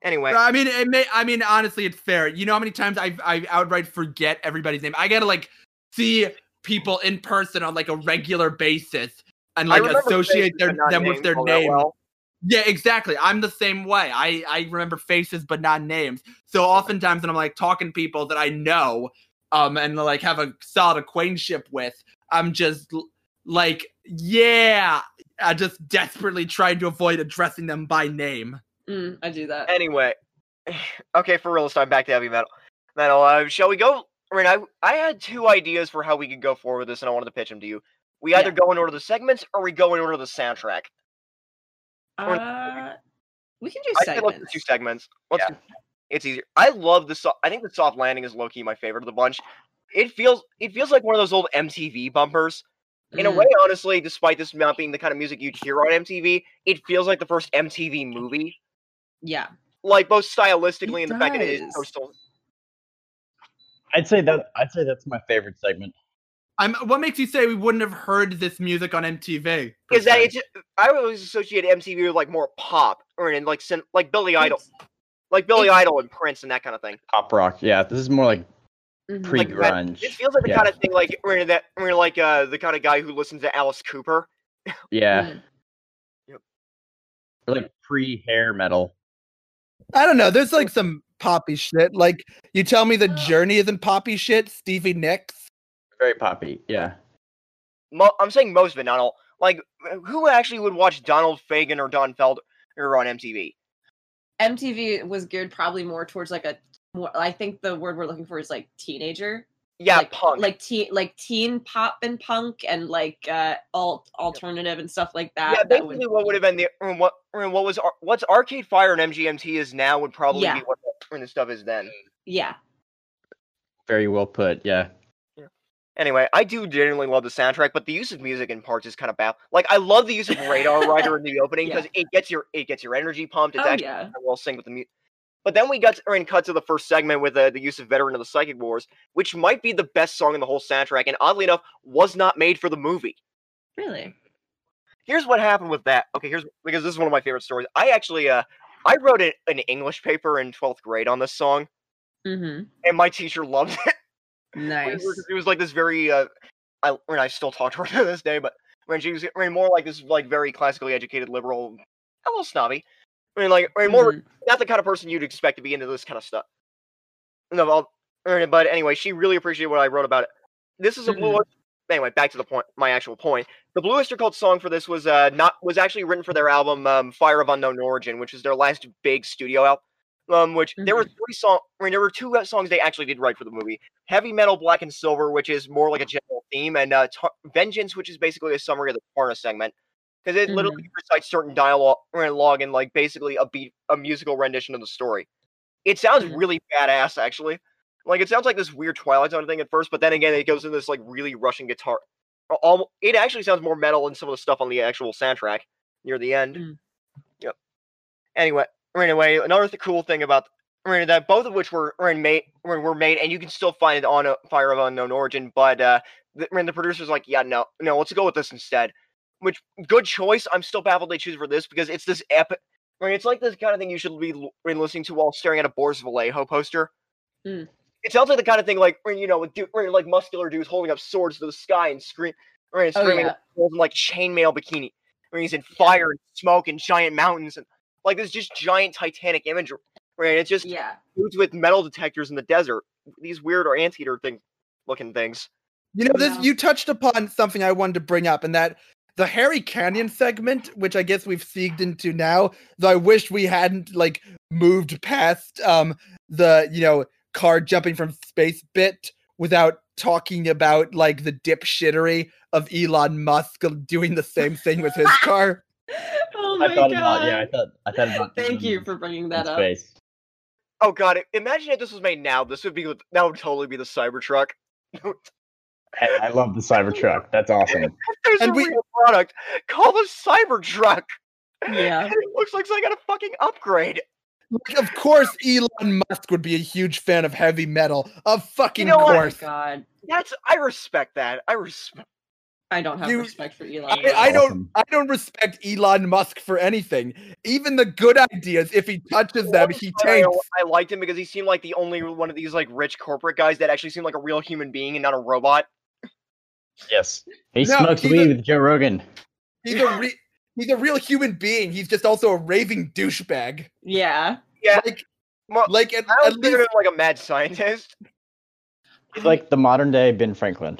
Anyway, No, I mean, it may, I mean, honestly, it's fair. You know how many times I I outright forget everybody's name. I gotta like see people in person on like a regular basis and I like remember associate faces, their, but not them with names their all that name. well. Yeah, exactly. I'm the same way. I I remember faces but not names. So oftentimes when I'm like talking to people that I know, um, and like have a solid acquaintanceship with, I'm just l- like, yeah, I just desperately trying to avoid addressing them by name. Mm, I do that. Anyway, okay, for real, let's time back to heavy metal. Metal, uh, shall we go? I mean, I, I had two ideas for how we could go forward with this, and I wanted to pitch them to you. We either go in order of the segments or we go in order of the soundtrack. or- Uh, we can do I feel like the segments. two segments. Let's do- it's easier. I love the soft. I think the soft landing is low key my favorite of the bunch. It feels it feels like one of those old MTV bumpers. In a Mm. way, honestly, despite this not being the kind of music you'd hear on MTV, it feels like the first MTV movie. Yeah. Like both stylistically It and the fact that it is does. postal. I'd say that I'd say that's my favorite segment. I'm. What makes you say we wouldn't have heard this music on MTV? per Is that se? it's I always associate MTV with like more pop or in like cin- like Billy Idol, It's- like Billy it's- Idol and Prince and that kind of thing. Pop rock. Yeah, this is more like mhm. pre grunge. It feels like the Yeah. kind of thing like or that or like uh, the kind of guy who listens to Alice Cooper. yeah, Mm. or like pre hair metal. I don't know. There's like some poppy shit. Like you tell me the Uh. journey isn't poppy shit. Stevie Nicks. Very poppy. Yeah. Mo- I'm saying most, but not all. Like, uh, who actually would watch Donald Fagen or Don Felder on MTV? MTV was geared probably more towards like a more. I think the word we're looking for is like teenager. Yeah, like, punk. Like teen, like teen pop and punk and like uh alt alternative and stuff like that. yeah, that basically, what would have been the or what or what was ar- what's Arcade Fire and MGMT is now would probably Yeah. be what the- the stuff is then. Yeah. Very well put. Yeah. Anyway, I do genuinely love the soundtrack, but the use of music in parts is kind of bad. Like, I love the use of Radar Rider in the opening Yeah. because it gets your it gets your energy pumped. It's oh actually yeah. I will sing with the music. But then we got to, and cut to the first segment with uh, the use of Veteran of the Psychic Wars, which might be the best song in the whole soundtrack, and oddly enough, was not made for the movie. Really. Here's what happened with that. Okay, here's because this is one of my favorite stories. I actually, uh, I wrote a, an English paper in 12th grade on this song, Mm-hmm. and my teacher loved it. Nice. It was like this very, uh, I, I mean, I still talk to her to this day, but when she was I mean, more like this, like very classically educated liberal, a little snobby. I mean, like, I mean, more Mhm. not the kind of person you'd expect to be into this kind of stuff. No, I'll- er, but anyway, she really appreciated what I wrote about it. This is a blue. Mhm. Oyster- Anyway, back to the point. My actual point: the Blue Oyster Cult song for this was uh not was actually written for their album um, Fire of Unknown Origin, which was their last big studio album. Um, which there were three songs. I mean, there were two uh, songs they actually did write for the movie: Heavy Metal, Black and Silver, which is more like a general theme, and uh, Tar- Vengeance, which is basically a summary of the Tarna segment because it literally recites certain dialogue or log and like basically a beat a musical rendition of the story. It sounds Mhm. really badass actually. Like it sounds like this weird Twilight Zone thing at first, but then again it goes in this like really rushing guitar. Almost, it actually sounds more metal than some of the stuff on the actual soundtrack near the end. Mm. Yep. Anyway, anyway, another th- cool thing about I mean, that both of which were were in made were, were made, and you can still find it on a Fire of Unknown Origin. But uh, the, I mean, the producer's like, yeah, no, no, let's go with this instead. Which good choice. I'm still baffled they choose for this because it's this epic. I mean, it's like this kind of thing you should be l- I mean, listening to while staring at a Boris Vallejo poster. Mm. It sounds like the kind of thing like I mean, you know, with du- I mean, like muscular dudes holding up swords to the sky and scream, I mean, Oh, screaming yeah. holding like chainmail bikini. I mean, he's in fire and smoke and giant mountains and like this just giant Titanic imagery. Right? It's just Yeah. dudes with metal detectors in the desert. These weird or anteater thing looking things. You know, this Yeah. you touched upon something I wanted to bring up, and that the Harry Canyon segment, which I guess we've sieged into now, though I wish we hadn't like moved past um the you know car jumping from space bit without talking about like the dipshittery of Elon Musk doing the same thing with his car. Oh I my thought god. about. Yeah, I thought I thought about. Thank Elon you for bringing in that up. Space. Oh god, i- imagine if this was made now. This would be with- that would totally be the Cybertruck. Hey, I love the Cybertruck. That's awesome. There's And a we- real product called the Cybertruck. Yeah. And it looks like I got a fucking upgrade. Like, of course, Elon Musk would be a huge fan of heavy metal. Of fucking know what? Oh my course. god. That's I respect that. I respect I don't have You- respect for Elon. I, Musk. I don't Awesome. I don't respect Elon Musk for anything. Even the good ideas, if he touches them, he I, tanks. I liked him because he seemed like the only one of these like rich corporate guys that actually seemed like a real human being and not a robot. Yes. He No, smokes he weed did- with Joe Rogan. He's a re- he's a real human being. He's just also a raving douchebag. Yeah. Yeah, Like Mo- like I at, at don't least consider him like a mad scientist. He's like the modern day Ben Franklin.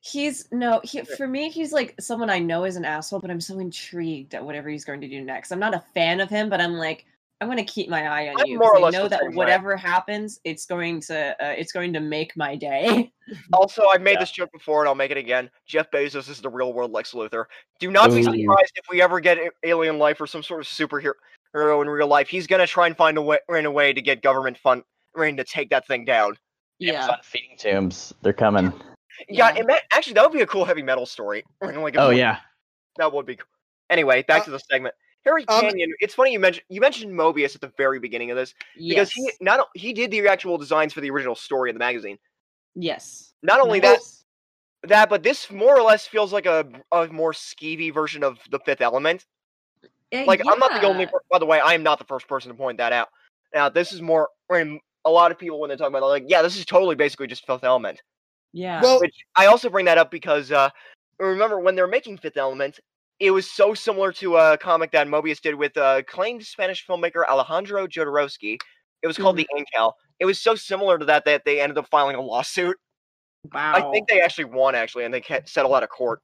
He's no, he for me, he's like someone I know is an asshole, but I'm so intrigued at whatever he's going to do next. I'm not a fan of him, but I'm like, I'm going to keep my eye on I'm you. more or 'cause I less know the that same way. whatever happens, it's going to uh, it's going to make my day. Also, I've made Yeah. this joke before and I'll make it again. Jeff Bezos is the real world Lex Luthor. Do not be Ooh. surprised if we ever get a- alien life or some sort of superhero in real life. He's gonna try and find a way, find a way to get government fund rain to take that thing down. yeah. Amazon feeding tombs. They're coming. Yeah, Yeah. and that- actually, that would be a cool heavy metal story. Like, if Oh we- yeah. that would be. cool. Anyway, back Uh, to the segment. Harry um, Canyon. It's funny you mentioned you mentioned Mobius at the very beginning of this because Yes. he not o- he did the actual designs for the original story in the magazine. yes. Not only that, Yes. that, but this more or less feels like a, a more skeevy version of the Fifth Element. Eh, Like I'm not the only. yeah. per- By the way, I am not the first person to point that out. Now this is more. when a lot of people when they talk about it, like, yeah, this is totally basically just Fifth Element. Yeah. well Which I also bring that up because uh, remember when they're making Fifth Element, it was so similar to a comic that Mobius did with uh, acclaimed Spanish filmmaker Alejandro Jodorowsky. It was called The Incal. It was so similar to that that they ended up filing a lawsuit. wow. I think they actually won actually, and they ca- settled out of court.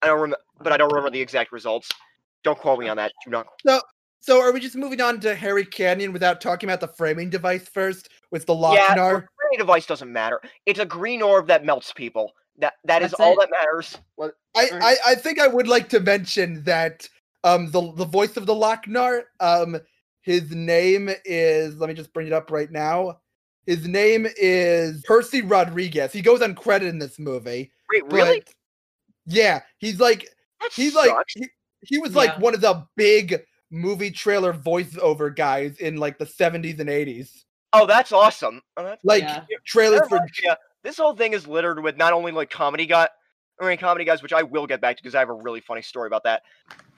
I don't remember, but I don't remember the exact results. Don't quote me on that. Do not. so are we just moving on to Harry Canyon without talking about the framing device first with the Lochnar? Yeah, Any device doesn't matter. It's a green orb that melts people. That that is That's all it. that matters. Well, I, Or- I, I think I would like to mention that um the the voice of the Lochnar um his name is let me just bring it up right now. His name is Percy Rodriguez. He goes on credit in this movie. Wait, really? but- Yeah, he's like That he's like sucks. he, he was like Yeah. one of the big movie trailer voiceover guys in like the 70s and 80s. Oh, that's awesome. Oh, that's Like Yeah. trailers for yeah, this whole thing is littered with not only like comedy guy, I mean comedy guys, which I will get back to because I have a really funny story about that.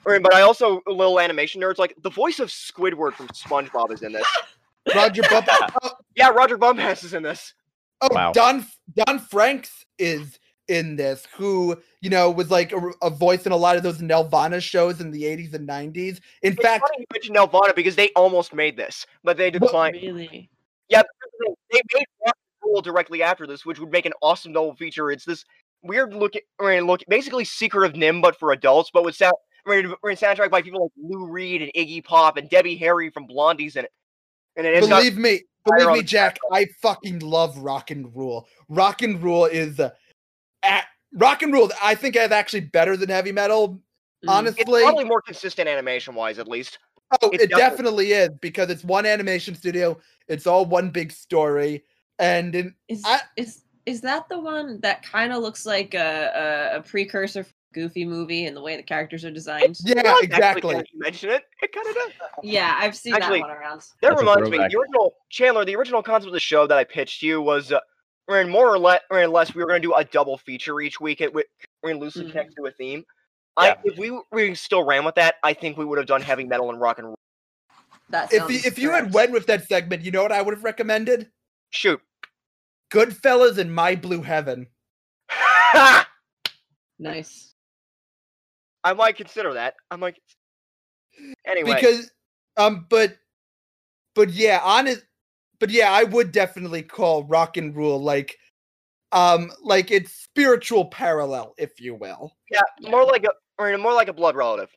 I mean, but I also a little animation nerds like the voice of Squidward from SpongeBob is in this. Roger Bump. Oh, yeah, Roger Bumpass is in this. Oh, Wow. Don Don Franks is in this, who you know was like a, a voice in a lot of those Nelvana shows in the '80s and '90s. In It's fact, funny you mentioned Nelvana because they almost made this, but they Well- declined. really. They made Rock Rule directly after this, which would make an awesome double feature. It's this weird looking, I mean, look, basically Secret of Nim, but for adults, but with sound. I mean, I mean, soundtrack by people like Lou Reed and Iggy Pop and Debbie Harry from Blondie's in it, and it's got believe me, fire believe on me, the Jack, I fucking love Rock and Rule. Rock and Rule is uh, at Rock and Rule. I think is actually better than heavy metal. Mm. It's Honestly, probably more consistent animation wise, at least. oh, it's it definitely- definitely is because it's one animation studio. It's all one big story, and in, Is I- is is that the one that kind of looks like a, a a precursor for Goofy movie and the way the characters are designed? yeah, Well, actually, exactly. now that You mention it. It kind of does. Yeah, I've seen Actually- that one around. That That's a reminds me. throwback. The original Chandler, the original concept of the show that I pitched you was, uh, we're in more or less, or less we were going to do a double feature each week. It would we're gonna loosely Mhm. connected to a theme. I, Yeah. if we we still ran with that, I think we would have done heavy metal and rock and roll. That If you, sounds if you had correct. went with that segment, you know what I would have recommended? Shoot. Goodfellas and My Blue Heaven. nice, I might consider that. I might. Anyway, Because um but but yeah, honest but yeah, I would definitely call rock and rule like um like it's spiritual parallel, if you will. yeah, yeah. more like a or more like a blood relative.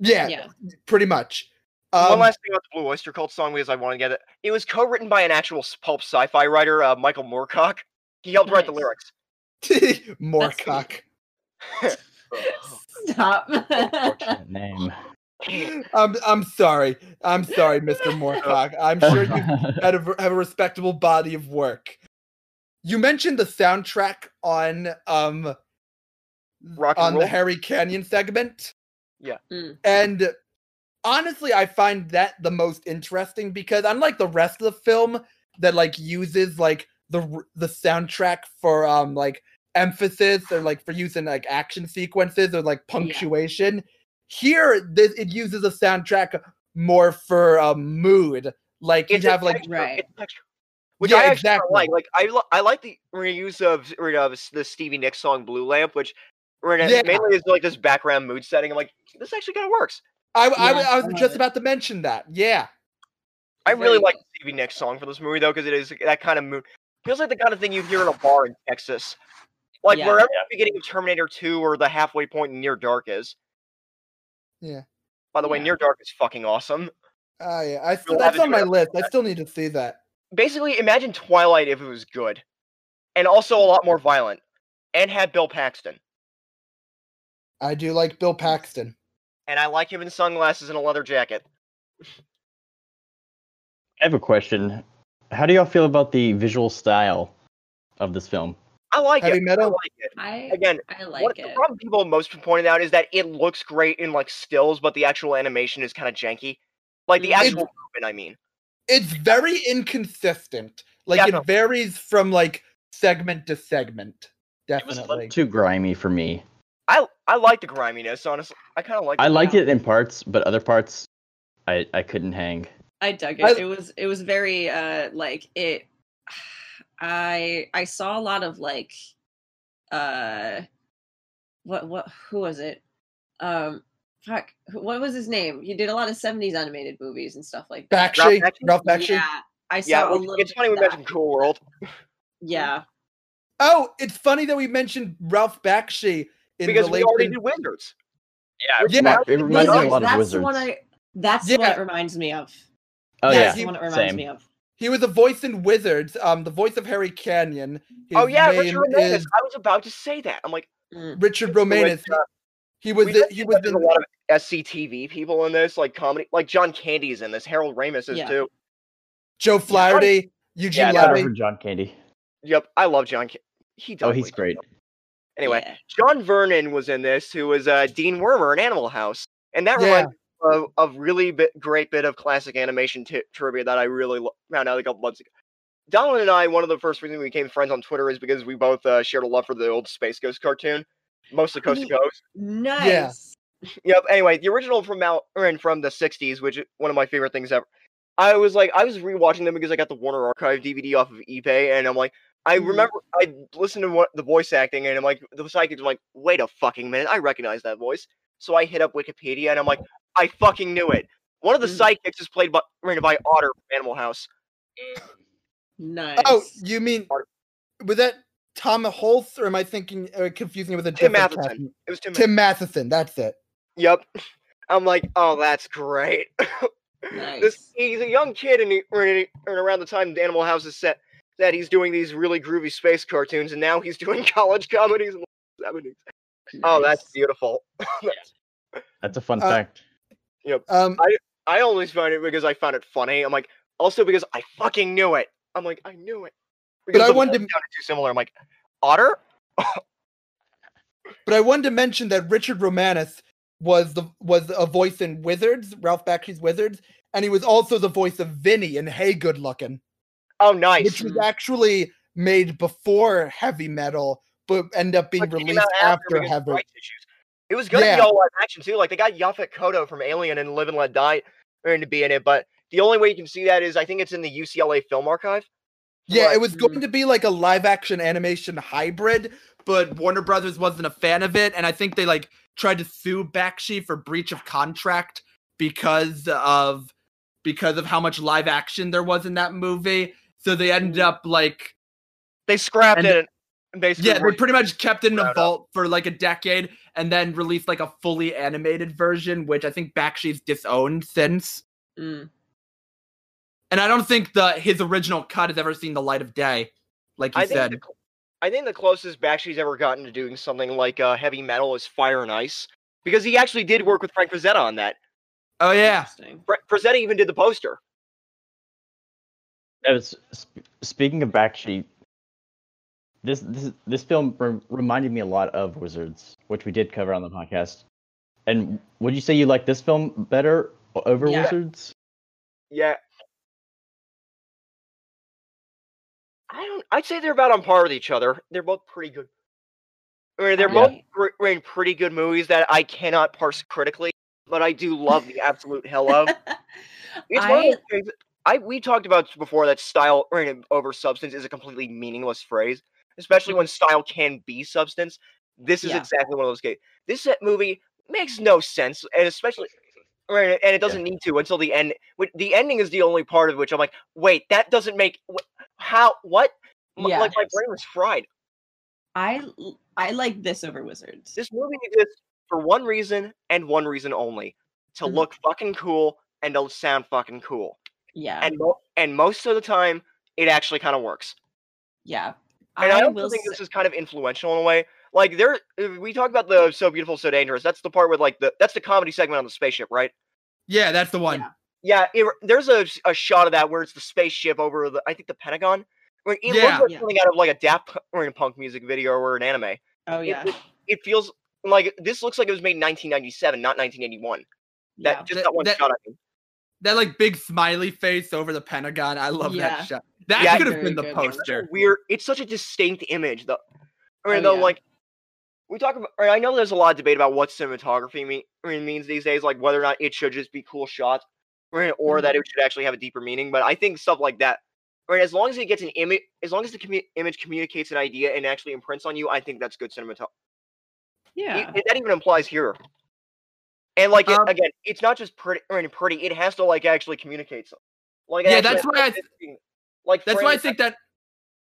Yeah, yeah, pretty much. Um, One last thing about the Blue Oyster Cult song because I want to get it. It was co-written by an actual s- pulp sci-fi writer, uh, Michael Moorcock. He helped write the Nice. lyrics. more That's- cock. Oh. stop. Unfortunate name. I'm I'm sorry. I'm sorry, Mr. Moorcock. I'm sure you had a, v- have a respectable body of work. You mentioned the soundtrack on um Rock and on the roll. Harry Canyon segment. Yeah. Mm. And honestly, I find that the most interesting because unlike the rest of the film that like uses like the r- the soundtrack for um like emphasis or like for use in like action sequences or like punctuation. Here, this it uses a soundtrack more for um, mood. Like you It's a have like texture- Right. it's a texture. Which Yeah, I actually exactly. like. Like I, lo- I like the reuse of, of the Stevie Nicks song "Blue Lamp," which Renee- Yeah. mainly is like this background mood setting. I'm like, this actually kind of works. I I, Yeah, I I was love just it. about to mention that. Yeah. I really Right. like the Stevie Nicks song for this movie though, because it is that kind of mood. Feels like the kind of thing you hear in a bar in Texas, like Yeah. wherever the beginning of Terminator Two or the halfway point in Near Dark is. Yeah. By the way, Yeah. Near Dark is fucking awesome. Oh yeah. I still, You'll that's have to on my do list. I still need to see that. Basically, imagine Twilight if it was good, and also a lot more violent, and had Bill Paxton. I do like Bill Paxton. And I like him in sunglasses and a leather jacket. I have a question. How do y'all feel about the visual style of this film? I like Heavy it. I metal? like it. I Again, I what like the it. problem people most pointed out is that it looks great in like stills, but the actual animation is kind of janky. Like the Mm-hmm. Mhm. actual movement, I mean. It's very inconsistent. Like it Definitely. varies from like segment to segment. It was a Definitely. little too grimy for me. I I like the griminess, honestly. I kind of like. I it. liked it in parts, but other parts, I I couldn't hang. I dug it. I- it was it was very uh like it I I saw a lot of like uh what what who was it? Um fuck who- what was his name? He did a lot of 70s animated movies and stuff like that. Bakshi, Ralph Bakshi? Ralph Bakshi. Yeah. I saw Yeah, a which- little it's bit funny of we that. mentioned Cool World. Yeah. Oh, it's funny that we mentioned Ralph Bakshi in because we relation. already did Wizards. Yeah, Yeah, it remi- it reminds me a lot Wizards, of that's the Wizards. one I that's the one Yeah. it reminds me of. oh Yeah, yeah, That's the he- one it reminds same. me of. He was a voice in Wizards, um, the voice of Harry Canyon. His oh yeah, name Richard Ramirez. is I was about to say that. I'm like, Mm. Richard Romanus. uh, He was we the, just he said was there's in a lot of SCTV people in this, like comedy, like John Candy's in this. Harold Ramis is Yeah. too. Joe Flaherty, Eugene Yeah, I Levy. remember John Candy. Yep, I love John. Ca- he does. Oh, he's great. Anyway, Yeah. John Vernon was in this, who was uh, Dean Wormer in Animal House, and that Yeah. reminds me of a really bit, great bit of classic animation t- trivia that I really lo- found out a couple months ago. Donald and I, one of the first reasons we became friends on Twitter is because we both uh, shared a love for the old Space Ghost cartoon, mostly Coast to Neat. Coast. Nice. Yep. Anyway, the original from Mount and from the '60s, which is one of my favorite things ever. I was like, I was rewatching them because I got the Warner Archive DVD off of eBay, and I'm like, I Mhm. remember I listened to what, the voice acting, and I'm like, the psychic, I'm like, wait a fucking minute, I recognize that voice. So I hit up Wikipedia, and I'm like, I fucking knew it. One of the Mhm. psychics is played by ran by Otter from Animal House. Nice. Oh, you mean Art- was that Tom Holtz, or am I thinking uh, confusing it with a Tim different Matheson. Tim, It was Tim. Tim Matheson. That's it. Yep. I'm like, oh, that's great. this Nice. he's a young kid and, he, and around the time the animal house is set that he's doing these really groovy space cartoons and now he's doing college comedies in the 70s oh that's beautiful That's a fun Uh, fact. Um, i always find it because i found it funny i'm like also because i fucking knew it i'm like i knew it because I the wanted to- voice sounded too similar i'm like otter but I wanted to mention that Richard Romanus was the was a voice in Wizards, Ralph Bakshi's Wizards, and he was also the voice of Vinny in Hey Good Lookin', oh nice which was actually made before Heavy Metal, but ended up being But came released out after, because of Heavy. rights issues. it was gonna Yeah. be all live action too like they got Yaphet Kotto from Alien and Live and Let Die going to be in it but the only way you can see that is I think it's in the UCLA Film Archive. Yeah, Right. it was going to be like a live action animation hybrid, but Warner Brothers wasn't a fan of it, and I think they like tried to sue Bakshi for breach of contract because of because of how much live action there was in that movie. So they ended up like They scrapped And- it and basically yeah, they pretty much kept it in Right a up. vault for like a decade and then released like a fully animated version, which I think Bakshi's disowned since. Mm. And I don't think the his original cut has ever seen the light of day, like you I said. think, the, cl- I think the closest Bakshi's ever gotten to doing something like uh, heavy metal is Fire and Ice because he actually did work with Frank Frazetta on that. oh yeah. Interesting. Fra- Frazetta even did the poster. I was sp- speaking of Bakshi. This this this film re- reminded me a lot of Wizards, which we did cover on the podcast. And would you say you like this film better o- over Yeah. Wizards? Yeah. I don't. I'd say they're about on par with each other. They're both pretty good. I mean, they're Yeah. both both re- pretty good movies that I cannot parse critically, but I do love the absolute hell of. It's one of I- those things. I we talked about this before that style I mean, over substance is a completely meaningless phrase, especially when style can be substance. This is Mm-hmm. Yeah. exactly one of those cases. This set movie makes no sense, and especially. I mean, And it doesn't need to until the end. Wh- The ending is the only part of which I'm like, wait, that doesn't make wh- how what? M- Yeah. Like my brain was fried. I l- I like this over Wizards. This movie exists for one reason and one reason only: to Mhm. look fucking cool and to sound fucking cool. yeah, and mo- and most of the time it actually kind of works. yeah. And I, I, also will think say, this is kind of influential in a way. Like there, uh, we talk about the so beautiful, so dangerous. That's the part with like the that's the comedy segment on the spaceship, right? Yeah, that's the one. Yeah. Yeah, it, there's a, s- a shot of that where it's the spaceship over the I think the Pentagon. Where it Yeah. looks like Yeah. something out of like a Daft Pu- or a punk music video or an anime. oh yeah, It, it feels like this looks like it was made in 1997, not 1981. That yeah. just That- that, one that- shot. I think. That like big smiley face over the Pentagon. I love Yeah. that shot. That Yeah, could have very been the good. It's such a poster. weird. It's such a distinct image, though. I mean, Oh, though, yeah. like we talk about. I know there's a lot of debate about what cinematography mean, I mean, means these days, like whether or not it should just be cool shots, I mean, or Mm-hmm. that it should actually have a deeper meaning. But I think stuff like that. I mean, as long as it gets an image, as long as the commu- image communicates an idea and actually imprints on you, I think that's good cinematography. yeah. that even implies here. And like it- Um, again, it's not just pretty. I mean, pretty. It has to like actually communicate something. Like it Yeah, actually that's has why I to th- be- like That's why I framing- think that.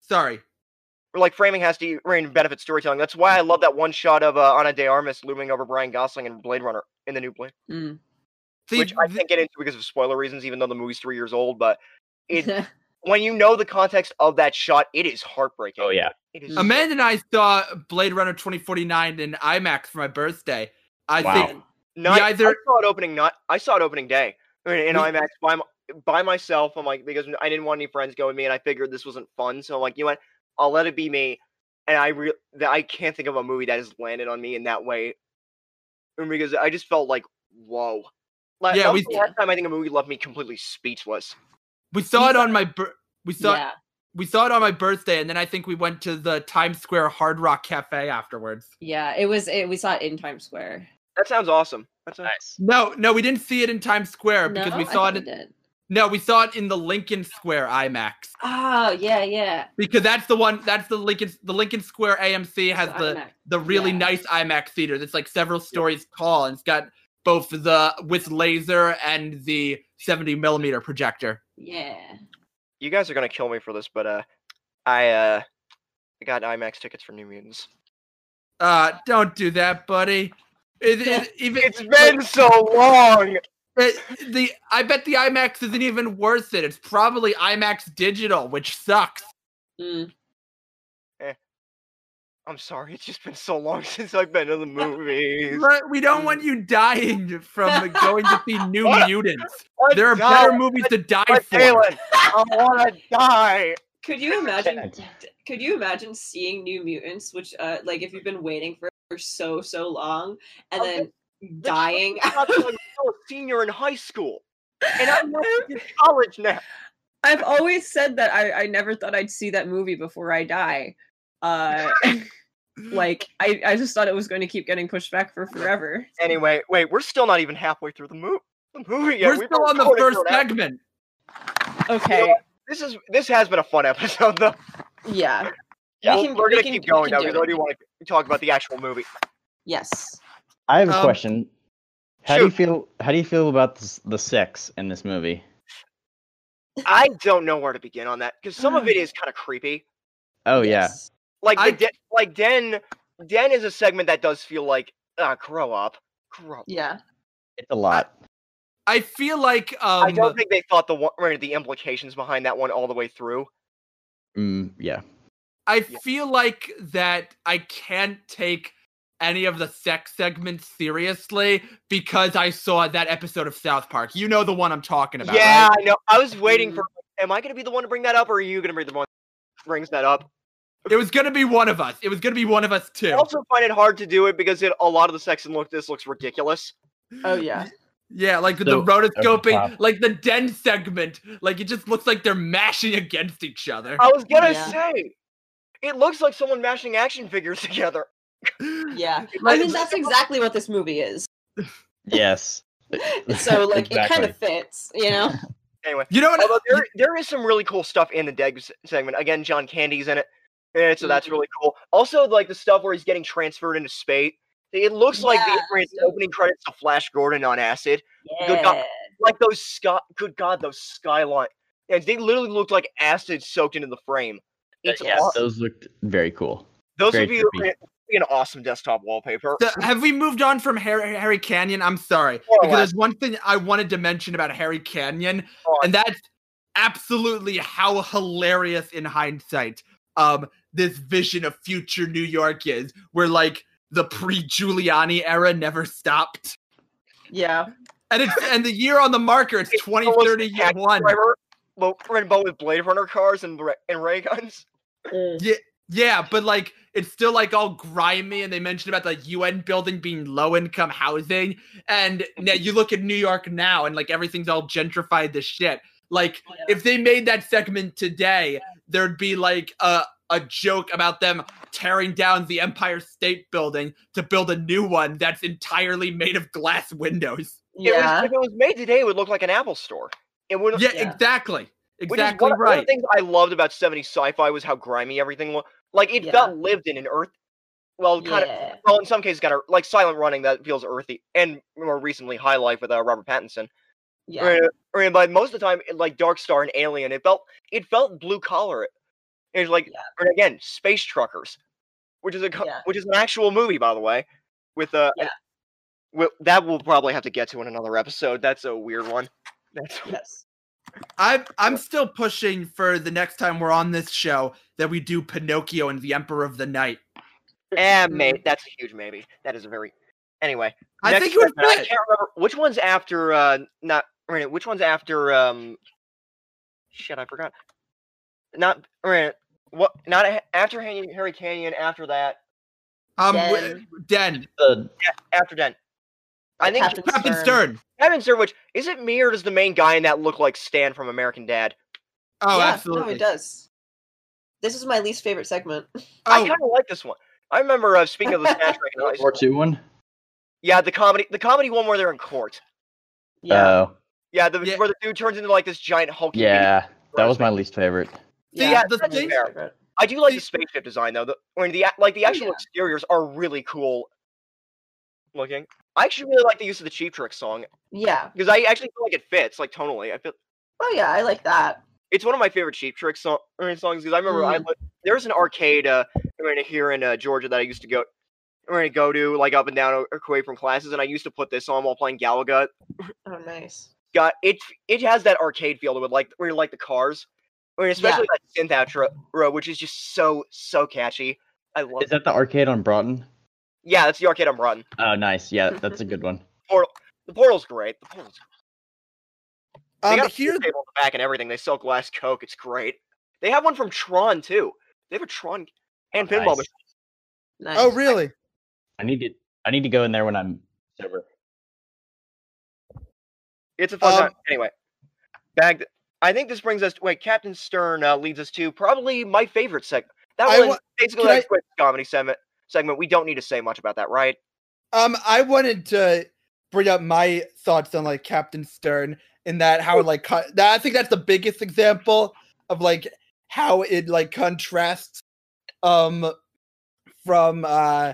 Sorry. like framing has to I mean, benefit storytelling. That's why I love that one shot of uh, Ana de Armas looming over Brian Gosling in Blade Runner in the new Blade, Mm. See, which I th- can't get into because of spoiler reasons, even though the movie's three years old. But it when you know the context of that shot, it is heartbreaking. Oh yeah, it is. Amanda and I saw Blade Runner 2049 in IMAX for my birthday. I Wow. think Not, I either- saw it opening. Not I saw it opening day I mean, in We- IMAX by my, by myself. I'm like because I didn't want any friends going with me, and I figured this wasn't fun. So I'm like, you know what? I'll let it be me. And I re- that I can't think of a movie that has landed on me in that way, and because I just felt like whoa. Like, Yeah, that we- was the last time I think a movie left me completely speechless. we saw it on my bir- we saw yeah. we saw it on my birthday, and then I think we went to the Times Square Hard Rock Cafe afterwards. Yeah, it was. It, we saw it in Times Square. That sounds awesome. That's a, nice. No, no, we didn't see it in Times Square because no, we saw I it. think In, we did. no, we saw it in the Lincoln Square IMAX Oh yeah, yeah. because that's the one. That's the Lincoln. The Lincoln Square AMC has So the IMAX. the really Yeah. nice IMAX theater that's like several stories tall and it's got both the with laser and the 70 millimeter projector. Yeah. you guys are gonna kill me for this, but uh, I uh, I got IMAX tickets for New Mutants. Uh, don't do that, buddy. It, it, even, It's been so long. it- the I bet the IMAX isn't even worth it. It's probably IMAX digital, which sucks. Mm. I'm sorry, it's just been so long since I've been to the movies. But we don't want you dying from going to see New Mm. What? Mutants. I'm There are dying, better movies to die but for. Galen, I want to die. Could you imagine? Tenant. Could you imagine seeing New Mutants, which, uh, like, if you've been waiting for for so so long, and Okay, then dying? I'm not telling you, I'm a senior in high school, and I'm not in college now. I've always said that I, I never thought I'd see that movie before I die. Uh, like I, I just thought it was going to keep getting pushed back for forever. Anyway, wait, we're still not even halfway through the, mo- the movie yet. We're We've still on the recorded first for an hour. segment. Okay, This is this has been a fun episode though. yeah, Yeah, can- we're we gonna can- keep we going can though do because it. I do want to talk about the actual movie. yes. I have a Um, question. How do you shoot. feel? How do you feel about this, the sex in this movie? I don't know where to begin on that because some of it is kind of creepy. Oh yes. Like I- the Den, like Den, Den is a segment that does feel like ah, grow up, grow. up. yeah, yeah, it's a lot. I feel like I um don't think they thought the one, right, the implications behind that one all the way through. Mm, yeah, I Yeah. feel like that I can't take any of the sex segments seriously because I saw that episode of South Park. You know the one I'm talking about. Mm-hmm. yeah, right? I know. I was waiting for. Am I gonna be the one to bring that up, or are you gonna be the one that brings that up? It was gonna be one of us. It was gonna be one of us I too. also find it hard to do it because it, a lot of the sex and look this looks ridiculous. Oh yeah. Yeah, like the, So- the rotoscoping, Okay. like the den segment. Like it just looks like they're mashing against each other. Oh. I was gonna Yeah. say, it looks like someone mashing action figures together. Yeah. I Like, mean, that's exactly what this movie is. Yes. So, like, it kind Exactly. of fits, you know? anyway. You know what? Although there, there is some really cool stuff in the Deg se- segment. Again, John Candy's in it, and so that's Mhm. really cool. Also, like the stuff where he's getting transferred into space. It looks like the Yeah, it's the opening credits to Flash Gordon on acid. Good God. Yeah. Like those sky, good God, those skyline, and they literally looked like acid soaked into the frame. It's yes, aw- those looked very cool. those very would be, trippy. be an awesome desktop wallpaper. The- have we moved on from Harry, Harry Canyon? I'm sorry. More or Because less. there's one thing Oh, I wanted to mention about Harry Canyon, Oh, and that's absolutely how hilarious in hindsight um, this vision of future New York is, where like the pre Giuliani era never stopped. Yeah. And it's and the year on the marker, it's It's almost 2030 Taxi one. Driver, but, but with Blade Runner cars and, ra- and ray guns. Mm. Yeah, but like it's still like all grimy, and they mentioned about the UN building being low income housing. And now you look at New York now, and like everything's all gentrified to shit. Like Mm. if they made that segment today, there'd be like a a joke about them tearing down the Empire State Building to build a new one that's entirely made of glass windows. It was- Yeah. if it was made today, it would look like an Apple store. It would. Yeah, Yeah. exactly, Which is one exactly of- One of right. the things I loved about 70s sci-fi was how grimy everything was. Like it Yeah. felt lived in an earth. Well, kind of. Yeah. Well, in some cases, kind of like Silent Running that feels earthy, and more recently High Life with uh, Robert Pattinson. Yeah. Right, right, but most of the time, it- like Dark Star and Alien, it felt it felt blue collar. It- It's like Yeah. and again Space Truckers, which is a co- Yeah. which is an actual movie, by the way. With uh, Yeah. well, that we'll probably have to get to in another episode. That's a weird one. That's Yes. I'm I'm still pushing for the next time we're on this show that we do Pinocchio and the Emperor of the Night. eh, mate, that's a huge maybe. That is a very anyway. I next think it would segment, I fit. can't remember which one's after uh not right, which one's after um shit I forgot. Not right, what not a- after Harry, Harry Canyon after that Um, Den. w- Den, The after Den. I think Captain Captain Stern. Stern. Kevin Sir, which is it me or does the main guy in that look like Stan from American Dad? Oh, Yeah, No, absolutely. it does. This is my least favorite segment. I Oh, kind of like this one. I remember uh, speaking of the soundtrack. in high World school- War II one. Yeah, the comedy, the comedy one where they're in court. Yeah. Oh, Yeah, the Yeah. where the dude turns into like this giant hulky. beast. yeah, that was my least favorite. yeah, the that's my thing- least favorite. uh, I do like The- the spaceship design though. The, when the a- like the Oh, actual yeah. exteriors are really cool looking. I actually really like the use of the Cheap Trick song Yeah. because I actually feel like it fits like tonally. I feel Oh yeah, I like that. it's one of my favorite Cheap Trick song, er, songs because I remember I Mm. li- there was an arcade uh, I mean, here in uh, Georgia that I used to go. I'm going to go to like up and down a- away from classes, and I used to put this on while playing Galaga. Oh nice. Got it. It has that arcade feel to it, like where you like the cars, I mean, especially that synth outro, ro- which is just so so catchy. I love. Is that the arcade on Broughton? Yeah, that's the arcade I'm running. Oh, nice. Yeah, that's a good one. The portal's great. The portal's great. They um, got a pool here, table in the back and everything. They sell glass coke. It's great. They have one from Tron too. They have a Tron and pinball Nice. machine. Nice. oh, really? I need to. I need to go in there when I'm sober. It's a fun Um, time. Anyway, back. th- I think this brings us. Wait, Captain Stern uh, leads us to probably my favorite segment. That I one, wa- basically, can like quick comedy segment. Segment. We don't need to say much about that, right? Um, I wanted to bring up my thoughts on like Captain Stern and that how it, like co- that, I think that's the biggest example of like how it like contrasts um from uh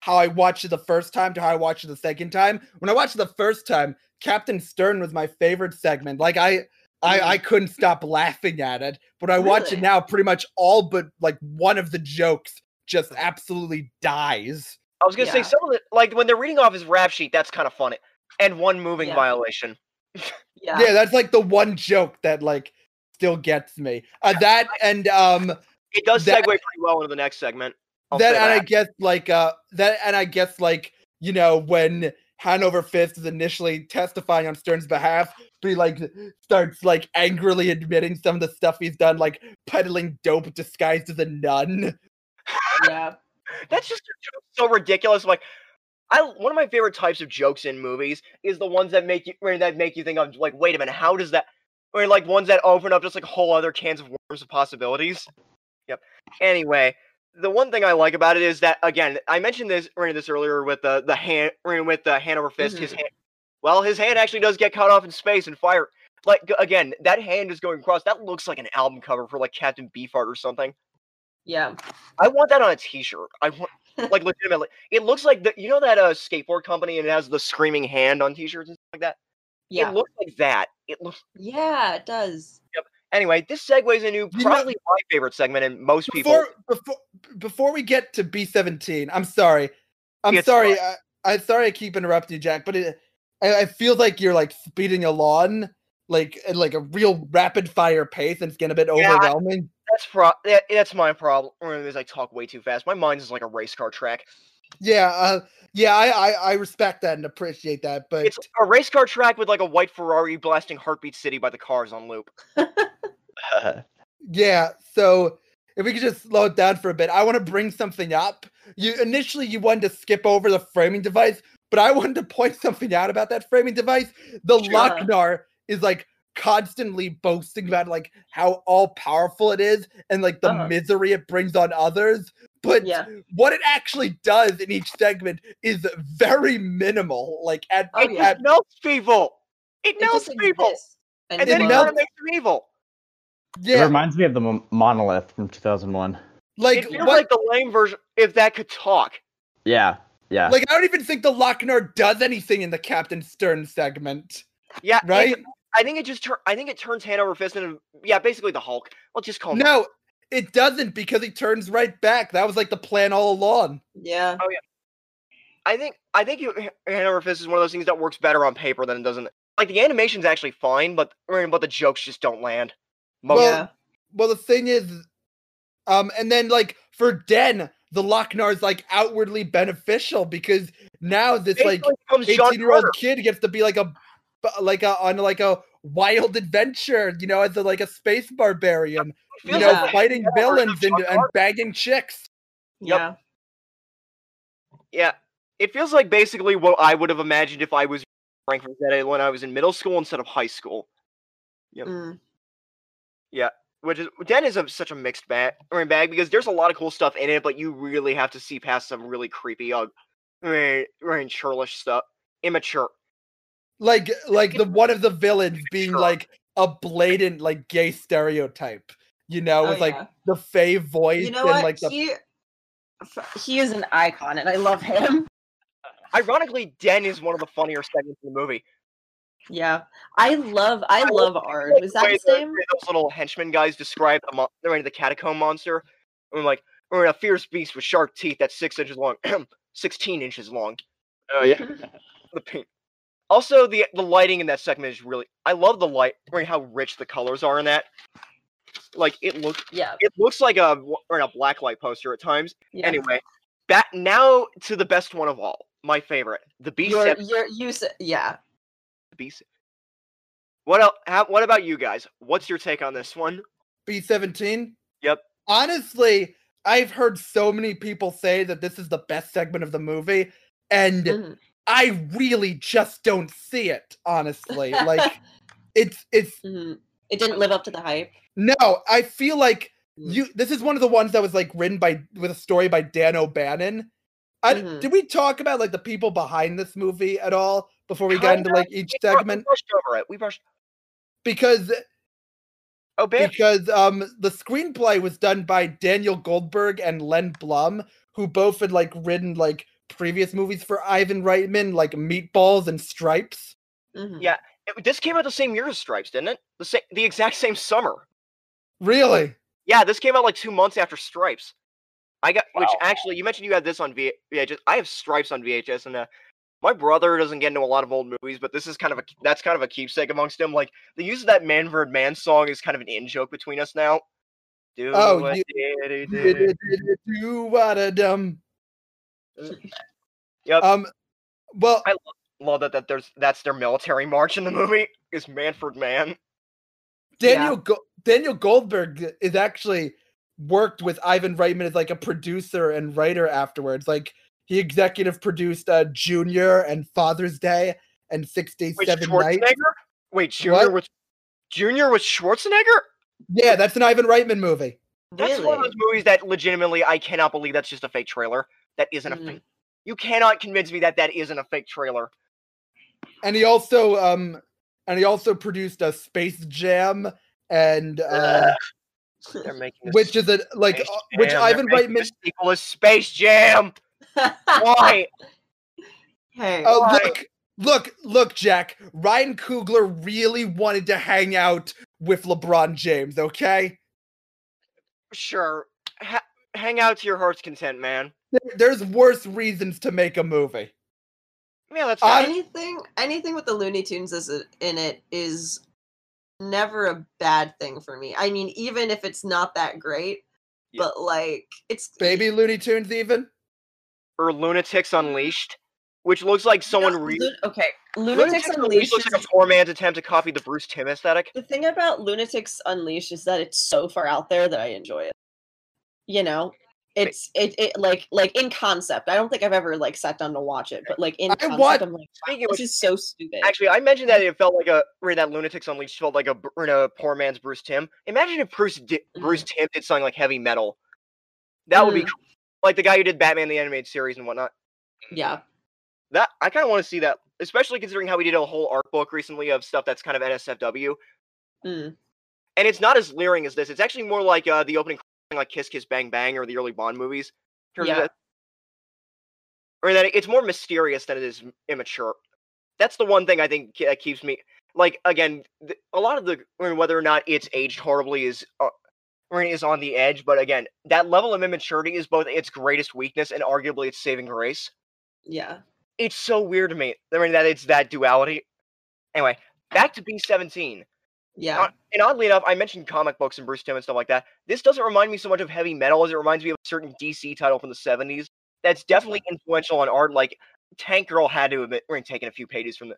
how I watched it the first time to how I watched it the second time. When I watched it the first time, Captain Stern was my favorite segment. Like I I, I couldn't stop laughing at it. But I watch it Really? now, pretty much all but like one of the jokes just absolutely dies. I was gonna say Yeah. some of the like when they're reading off his rap sheet. That's kind of funny. And one moving Yeah. violation. Yeah. yeah that's like the one joke that like still gets me uh, that and um It does That- segue pretty well into the next segment. I'll that say and i guess like uh that and i guess like you know when hanover fist is initially testifying on stern's behalf but he like starts like angrily admitting some of the stuff he's done like peddling dope disguised as a nun Yeah. That's just so ridiculous. Like, I one of my favorite types of jokes in movies is the ones that make you or that make you think of like, wait a minute, how does that? Or like ones that open up just like whole other cans of worms of possibilities. Yep. Anyway, the one thing I like about it is that again, I mentioned this ran this earlier with the the hand ran with the hand over fist. His hand, well, his hand actually does get cut off in space and fire. Like g- again, that hand is going across. That looks like an album cover for like Captain Beefheart or something. Yeah. I want that on a T-shirt. I want like legitimately. It looks like the you know that uh, skateboard company and it has the screaming hand on T-shirts and stuff like that. Yeah. It looks like that. It looks yeah, it does. anyway. This segues into know- probably my favorite segment and most people. before before before we get to B seventeen, I'm sorry, I'm It's sorry, I, I'm sorry, I keep interrupting you, Jack. But it, I, I feel like you're like speeding along, like at, like a real rapid fire pace, and it's getting a bit Yeah, I- overwhelming. That's pro. That, that's my problem. mm, Is I talk way too fast. My mind's just like a race car track. Yeah, uh, yeah, I, I I respect that and appreciate that, but It's a race car track with like a white Ferrari blasting "Heartbeat City" by the Cars on loop. Yeah. So if we could just slow it down for a bit, I want to bring something up. You initially you wanted to skip over the framing device, but I wanted to point something out about that framing device. The Sure. Lochnar is like constantly boasting about like how all powerful it is and like the Uh-huh. misery it brings on others. But Yeah. what it actually does in each segment is very minimal. Like at, Oh, it yeah. just melts people. It It melts just people, exists and, it then it you melts- kind are- of makes them evil. It yeah, reminds me of the mon- monolith from 2001. like it feels what like the lame version. If that could talk, Yeah, yeah. like I don't even think the Lochnar does anything in the Captain Stern segment. yeah, it- Right? I think it just. Tur- I think it turns hand over fist into yeah, basically the Hulk. I'll just call him. No, it doesn't because he turns right back. That was like the plan all along. Yeah. I think. I think you, h- hand over fist is one of those things that works better on paper than it doesn't. Like the animation's actually fine, but but the jokes just don't land. Most Well, yeah. Well, the thing is, um, and then like for Den, the Lochnar is like outwardly beneficial because now this like basically becomes John eighteen year old Carter. kid gets to be like a bu- like a on like a wild adventure, you know, as a, like a space barbarian, It you feels know, like- fighting yeah, version villains of and, John and Carter. bagging chicks. Yep. Yeah. Yeah, it feels like basically what I would have imagined if I was Frank Rosetta when I was in middle school instead of high school. Yep. Mm. Which is Den is a, such a mixed bag, I mean, bag because there's a lot of cool stuff in it, but you really have to see past some really creepy, uh, I mean, I mean, churlish stuff, immature. like like the one of the villains being Sure. like a blatant like gay stereotype you know Oh, with like yeah. the fey voice You know and what? like the he, f- he is an icon, and I love him. Ironically, Den is one of the funnier segments in the movie. Yeah. I love. I love Ard. Was that way his the- name? way Those little henchmen guys describe the, mon- I mean, the catacomb monster. I mean, like, we're a fierce beast with sharp teeth that's six inches long, sixteen inches long. Oh yeah. the pink. Also, the the lighting in that segment is really. I love the light. I mean, how rich the colors are in that. Like it looks, Yeah. it looks like a w- or a black light poster at times. yeah. Anyway, back now to the best one of all, my favorite, the B Your, seven. your use. Yeah. B seven. What else, how, What about you guys? What's your take on this one? b17 Yep. honestly i've heard so many people say that this is the best segment of the movie and Mhm. i really just don't see it honestly like it's it's Mhm. It didn't live up to the hype. No, I feel like Mm. you. This is one of the ones that was like written by with a story by Dan O'Bannon. I, Mhm. Did we talk about like the people behind this movie at all before we got into Kinda. like each We bru- segment? We brushed over it. We brushed. Because Oh, babe. because um the screenplay was done by Daniel Goldberg and Len Blum, who both had like written like previous movies for Ivan Reitman, like Meatballs and Stripes. Mhm. Yeah. It- this came out the same year as Stripes, didn't it? The same, the exact same summer. Really? Yeah, this came out like two months after Stripes. I got which Wow. actually you mentioned you had this on v- VHS. I have Stripes on VHS, and uh, my brother doesn't get into a lot of old movies, but this is kind of a that's kind of a keepsake amongst him. Like the use of that "Man Verd Man" song is kind of an in joke between us now. Do Oh, what you- diddy diddy. Do what a dumb. Yep. Um. Well, I love that that there's that's their military march in the movie is Manford Man. Yeah. Daniel Go- Daniel Goldberg is actually worked with Ivan Reitman as like a producer and writer afterwards. Like he executive produced uh, Junior and Father's Day and Six Days Wait, Seven Schwarzenegger? Nights. Wait, Junior What? was Junior was Schwarzenegger? Yeah, that's an Ivan Reitman movie. That's one of those movies that legitimately I cannot believe that's just a fake trailer. That isn't a Mm. fake. You cannot convince me that that isn't a fake trailer. and he also um and he also produced a Space Jam and uh, They're making this which is a like Space uh, which Jam. Ivan They're making Reitman. the sequel is Space Jam. Why? hey. Oh Why? look, look, look, Jack. Ryan Coogler really wanted to hang out with LeBron James. Okay, sure. Ha- hang out to your heart's content, man. There- there's worse reasons to make a movie. Yeah, that's I- fine. anything anything with the Looney Tunes is a- in it is never a bad thing for me. I mean, even if it's not that great, Yeah. but like it's Baby Looney Tunes, even. or Lunatics Unleashed, which looks like someone No, re- Lu- okay, Lunatics, Unleashed. looks like is- a poor man's attempt to copy the Bruce Tim aesthetic. the thing about Lunatics Unleashed is that it's so far out there that I enjoy it. You know, it's it, it like like in concept. I don't think I've ever like sat down to watch it, but like in I concept, want- I'm like, Speaking of this which, is so stupid. actually, I mentioned that it felt like a or that Lunatics Unleashed felt like a, br- a poor man's Bruce Tim. Imagine if Bruce di- Bruce Tim did something like heavy metal. That would be Mm. cool. like the guy who did Batman the animated series and whatnot. yeah, That I kind of want to see that, especially considering how we did a whole art book recently of stuff that's kind of NSFW, Mm. and it's not as leering as this. It's actually more like uh, the opening, like Kiss Kiss Bang Bang, or the early Bond movies. in terms of Yeah. that- or that it's more mysterious than it is m- immature. That's the one thing I think ke- that keeps me like again. th- A lot of the I mean, whether or not it's aged horribly is. Uh, I mean, is on the edge, but again, that level of immaturity is both its greatest weakness and arguably its saving grace. yeah. It's so weird to me. I mean, that it's that duality. Anyway, back to B seventeen Yeah, Not- and oddly enough, I mentioned comic books and Bruce Tim and stuff like that. This doesn't remind me so much of heavy metal as it reminds me of a certain DC title from the 70s that's definitely influential on art. Like Tank Girl had to have been we're taking a few pages from the.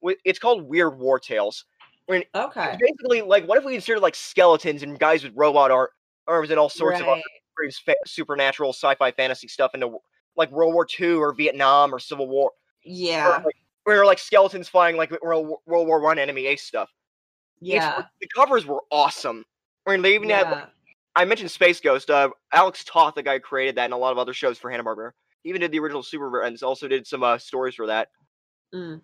wi- It's called Weird War Tales. okay, It's basically like what if we inserted like skeletons and guys with robot ar- arms and all sorts of other Right. weird fa- supernatural sci-fi fantasy stuff into w- like World War II or Vietnam or Civil War yeah. or, like, where like skeletons flying like World War- World War One enemy ace stuff. It's- Yeah. the covers were awesome. I mean, they even had yeah. I mentioned Space Ghost. Uh, Alex Toth, the guy who created that, and a lot of other shows for Hanna Barbera. He even did the original Superman. Also did some uh, stories for that. Mm.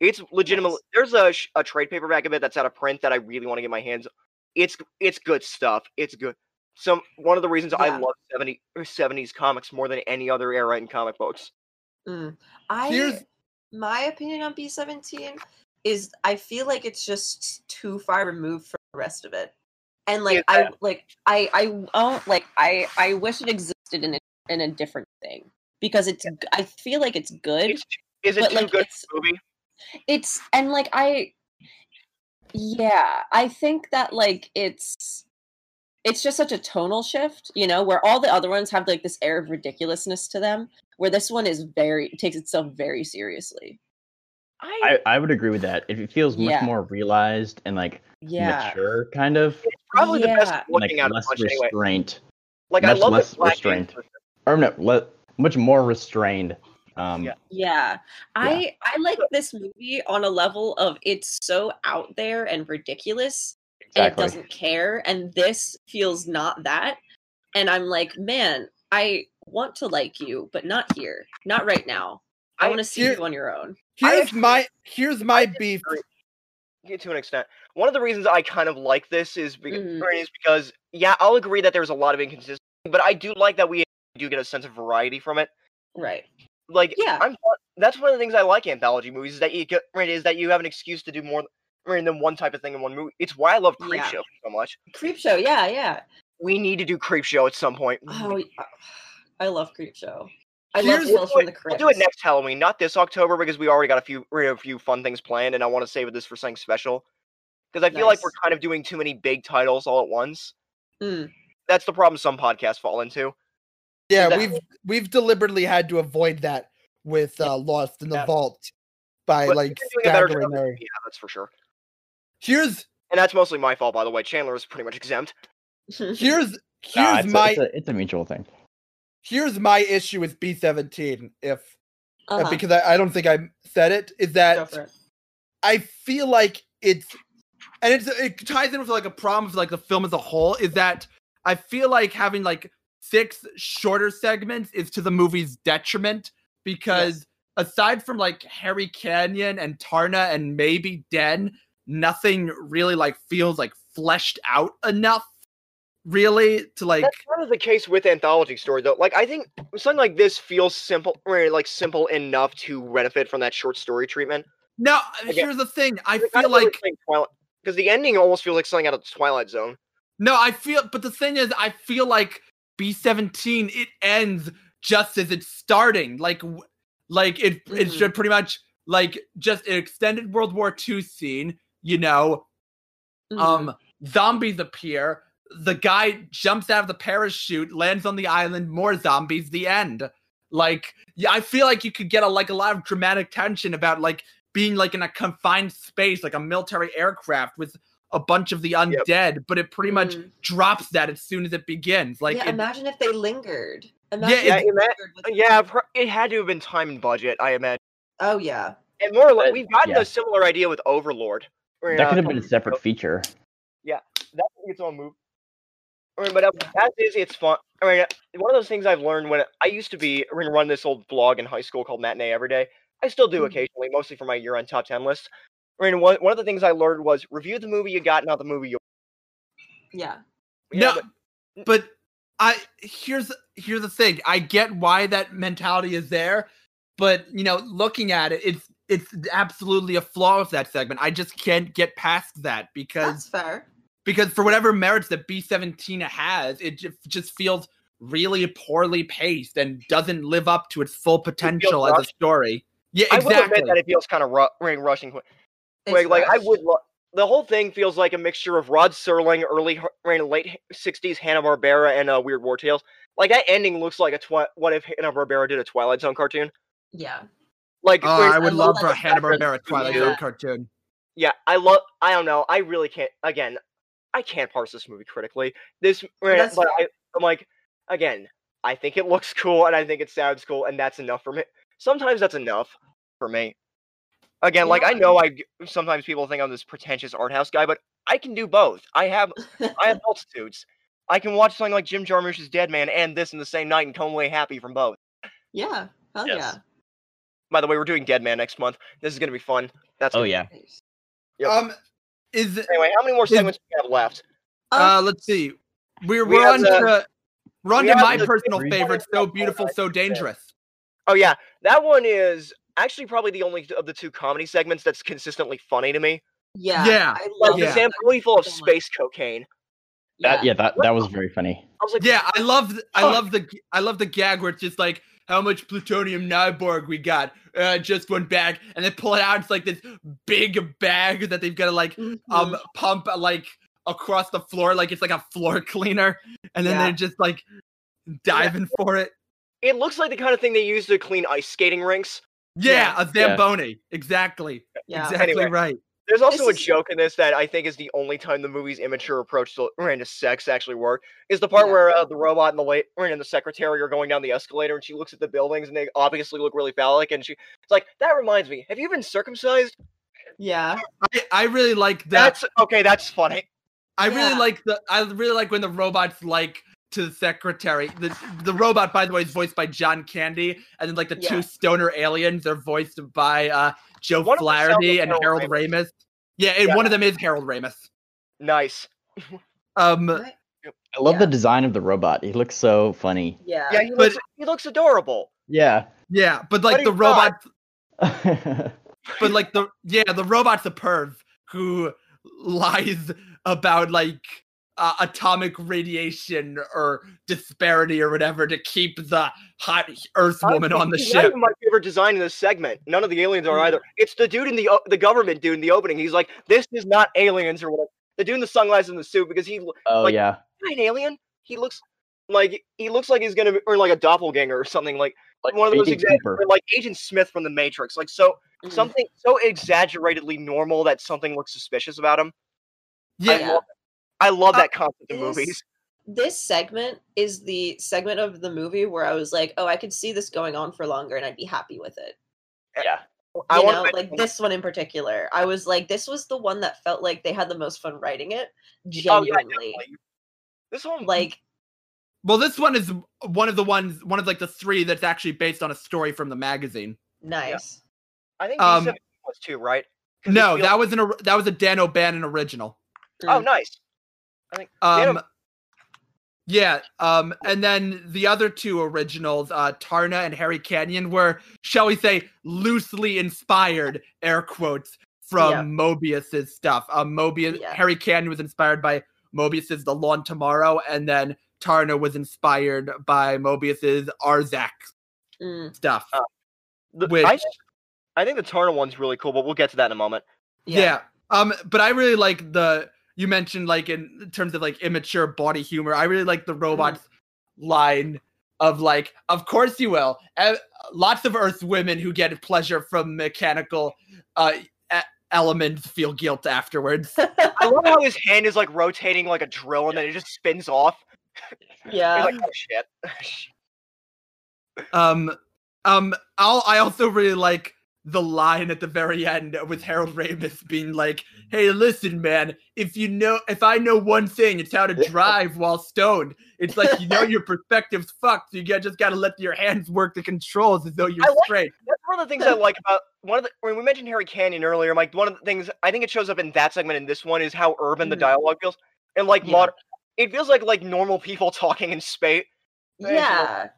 It's legitimate. Nice. There's a, sh- a trade paperback of it that's out of print that I really want to get my hands. on. It's g- it's good stuff. It's good. Some one of the reasons I Yeah. love 70, or 70s comics more than any other era in comic books. Mm. I Here's- my opinion on B seventeen is I feel like it's just too far removed from the rest of it, and like I like I I oh like I I wish it existed in a, in a different thing because it's g- I feel like it's good, It's, t- is it but too like good it's for a movie? it's and like i yeah i think that like it's it's just such a tonal shift you know where all the other ones have like this air of ridiculousness to them where this one is very takes itself very seriously I, I, I would agree with that. It feels much Yeah. more realized and like yeah mature, kind of, it's probably the yeah. best like looking out of less bunch anyway. restraint, Like I much love less that Black Panther- restrained. or no, le- much more restrained. Um, Yeah. yeah i i like this movie on a level of it's so out there and ridiculous exactly. and it doesn't care and this feels not that and i'm like man i want to like you but not here not right now i, I- want to see here- you on your own I Here's actually- my here's my beef. Yeah, to an extent. One of the reasons I kind of like this is, be- Mhm. or is because, yeah, I'll agree that there's a lot of inconsistency, but I do like that we do get a sense of variety from it. right Like, Yeah. I'm, that's one of the things I like in anthology movies is that you get, right, is that you have an excuse to do more I mean, than one type of thing in one movie. It's why I love Creepshow Yeah. so much. creep show yeah yeah We need to do Creepshow at some point. oh y- uh, i love creep show i Mm-hmm. Here's- love Tales we'll, from do the it, Crypt. we'll do it next Halloween, not this October, because we already got a few we have a few fun things planned, and I want to save this for something special. Because I feel like we're Nice. kind of doing too many big titles all at once. Mm. That's the problem some podcasts fall into. Yeah, that- we've we've deliberately had to avoid that with uh, Lost in the Yeah. Vault by But like you're doing a better staggering. job our- Yeah, that's for sure. Here's And that's mostly my fault, by the way. Chandler is pretty much exempt. Mm. here's here's Nah, it's, my a, it's, a, it's a mutual thing. here's my issue with B seventeen. If uh, Uh-huh. because I, I don't think I said it is Go that for it. I feel like it's and it's it ties in with like a problem of like the film as a whole is that I feel like having like six shorter segments is to the movie's detriment because aside from like Harry Canyon and Tarna and maybe Den, nothing really like feels like fleshed out enough really to like That's kind of the case with anthology story though. Like I think something like this feels simple, or, like simple enough to benefit from that short story treatment. no Again, here's the thing i feel like because the ending almost feels like something out of Twilight Zone. No, I feel, but the thing is, I feel like B17 it ends just as it's starting. Like, w- like it it Mhm. should pretty much like just an extended World War II scene. You know, Mm-hmm. um, zombies appear. The guy jumps out of the parachute, lands on the island. More zombies. The end. Like, yeah, I feel like you could get a like a lot of dramatic tension about like being like in a confined space, like a military aircraft with a bunch of the undead. But it pretty much Mhm. drops that as soon as it begins. Like, yeah, it- imagine if they lingered. Yeah, it- Imagine if they Yeah, ima- lingered with- Yeah, pro- it had to have been time and budget, I imagine. Oh yeah. And more or less, But- we've gotten yeah. a similar idea with Overlord. Or, That uh, could have been a separate feature. that could be its own movie. I mean, but uh, as is, it's fun. I mean, uh, one of those things I've learned when I used to be I mean, run this old blog in high school called Matinee Every Day. I still do Mhm. occasionally, mostly for my year on top ten lists. I mean, one, one of the things I learned was review the movie you got, not the movie you. Yeah. Yeah, no, but, I here's here's the thing. I get why that mentality is there, but you know, looking at it, it's it's absolutely a flaw of that segment. I just can't get past that because That's fair. because for whatever merits that B17 has, it ju- just feels really poorly paced and doesn't live up to its full potential as a rushed. story. Yeah, I will exactly. admit that it feels kind of ru- I mean, rushing. It's Like, like I rushed. would. Lo- the whole thing feels like a mixture of Rod Serling, early, I mean, late '60s Hanna Barbera, and uh, Weird War Tales. Like that ending looks like a twi- what if Hanna Barbera did a Twilight Zone cartoon? Yeah. Like, Oh, where- I would I love love for a that Hanna Barbera reference to Twilight you. Zone cartoon. yeah, I love. I don't know. I really can't. Again, I can't parse this movie critically. This, eh, That's but I, fair. I'm like, again, I think it looks cool and I think it sounds cool, and that's enough for me. Sometimes that's enough for me. Again, You like know I what? know I g- sometimes people think I'm this pretentious art house guy, but I can do both. I have I have multitudes. I can watch something like Jim Jarmusch's Dead Man and this in the same night and come away happy from both. yeah. Hell Yes. By the way, we're doing Dead Man next month. This is gonna be fun. That's Oh gonna- yeah. yeah. Yep. Um, is Anyway, how many more Is- segments do we have left? uh, let's see, we're we we're have on the- to we're on we to have my the personal three- favorite, so beautiful, so dangerous. Oh yeah, that one is actually probably the only of the two comedy segments that's consistently funny to me. Yeah. Yeah, I Like love the Yeah. that. sample full of so much. space cocaine. That yeah, that that was very funny. I was like, Yeah, I love th- I Fuck. love the g- I love the gag where it's just like how much plutonium Nyborg we got, uh, just one bag, and they pull it out. It's like this big bag that they've got to like Mhm. Mm-hmm. um pump uh, like across the floor, like it's like a floor cleaner, and then Yeah. they're just like diving for it. it looks like the kind of thing they use to clean ice skating rinks. Yeah, Yeah. a zamboni, exactly, yeah. exactly Anyway. right. There's also This a is- joke in this that I think is the only time the movie's immature approach to Miranda sex actually worked. Is the part Yeah. where uh, the robot and the late and the secretary are going down the escalator, and she looks at the buildings, and they obviously look really phallic, and she's like, "That reminds me, have you been circumcised?" Yeah. I, I really like that. That's okay. That's funny. I really yeah. like the. I really like when the robots like to the secretary. The the robot, by the way, is voiced by John Candy, and then like the Yeah. two stoner aliens are voiced by uh Joe One of them sounds Flaherty like and Harold Harold Ramis. Yeah, and Yeah. one of them is Harold Ramis. Nice. Um, Right? I love Yeah. the design of the robot. He looks so funny. Yeah. Yeah, he but- looks, he looks adorable. Yeah. yeah, But but like the he's not. robots, yeah. but like the yeah, the robot's a perv who lies about like. Uh, atomic radiation or disparity or whatever to keep the hot Earth woman Honestly, on the he's Not ship. even my favorite design in this segment. None of the aliens are either. It's the dude in the o- the government dude in the opening. He's like, "This is not aliens or whatever." The dude in the sunglasses and the suit because he l- Oh Like- yeah. not an alien. He looks like he looks like he's gonna be or like a doppelganger or something like, Like one of those Agent exact Cooper. or like Agent Smith from the Matrix. Like so Mhm. something so exaggeratedly normal that something looks suspicious about him. Yeah, Yeah. love I love Uh, that concept in it is- movies. This segment is the segment of the movie where I was like, oh, I could see this going on for longer and I'd be happy with it. Yeah. Oh, I you want know, like this one in particular. I was like, this was the one that felt like they had the most fun writing it. Oh, yeah, Genuinely. definitely. This whole Like, Well, this one is one of the ones, one of like the three that's actually based on a story from the magazine. nice. I think um, D7 was too, right? 'Cause it No, feels- that was an or- that was a Dan O'Bannon original. Mm. Oh, nice. Dan Um, yeah, um, and then the other two originals, uh, Tarna and Harry Canyon, were shall we say loosely inspired, air quotes, from Yeah. Mobius's stuff. Um, Mobius, Yeah. Harry Canyon was inspired by Mobius's The Lawn Tomorrow, and then Tarna was inspired by Mobius's Arzak Mm, stuff. Uh, The, I, which- think, I think the Turner one's really cool, but we'll get to that in a moment. yeah. yeah. Um, but I really like the you mentioned like in terms of like immature body humor. I really like the robot's line of like, of course you will. E- lots of Earth women who get pleasure from mechanical uh e- elements feel guilt afterwards. I love how his hand is like rotating like a drill and then it just spins off. You're Yeah. like, oh shit. um, um, I'll, I also really like the line at the very end with Harold Ramis being like, "Hey, listen, man, if you know, if I know one thing, it's how to Yeah. drive while stoned. It's like you know your perspective's fucked, so you got, just got to let your hands work the controls as though you're I like- straight." That's one of the things I like about one of the when we mentioned Harry Canyon earlier, Mike. One of the things I think it shows up in that segment and this one is how urban the Mhm. dialogue feels, and like Yeah. modern, it feels like like normal people talking in space. Yeah.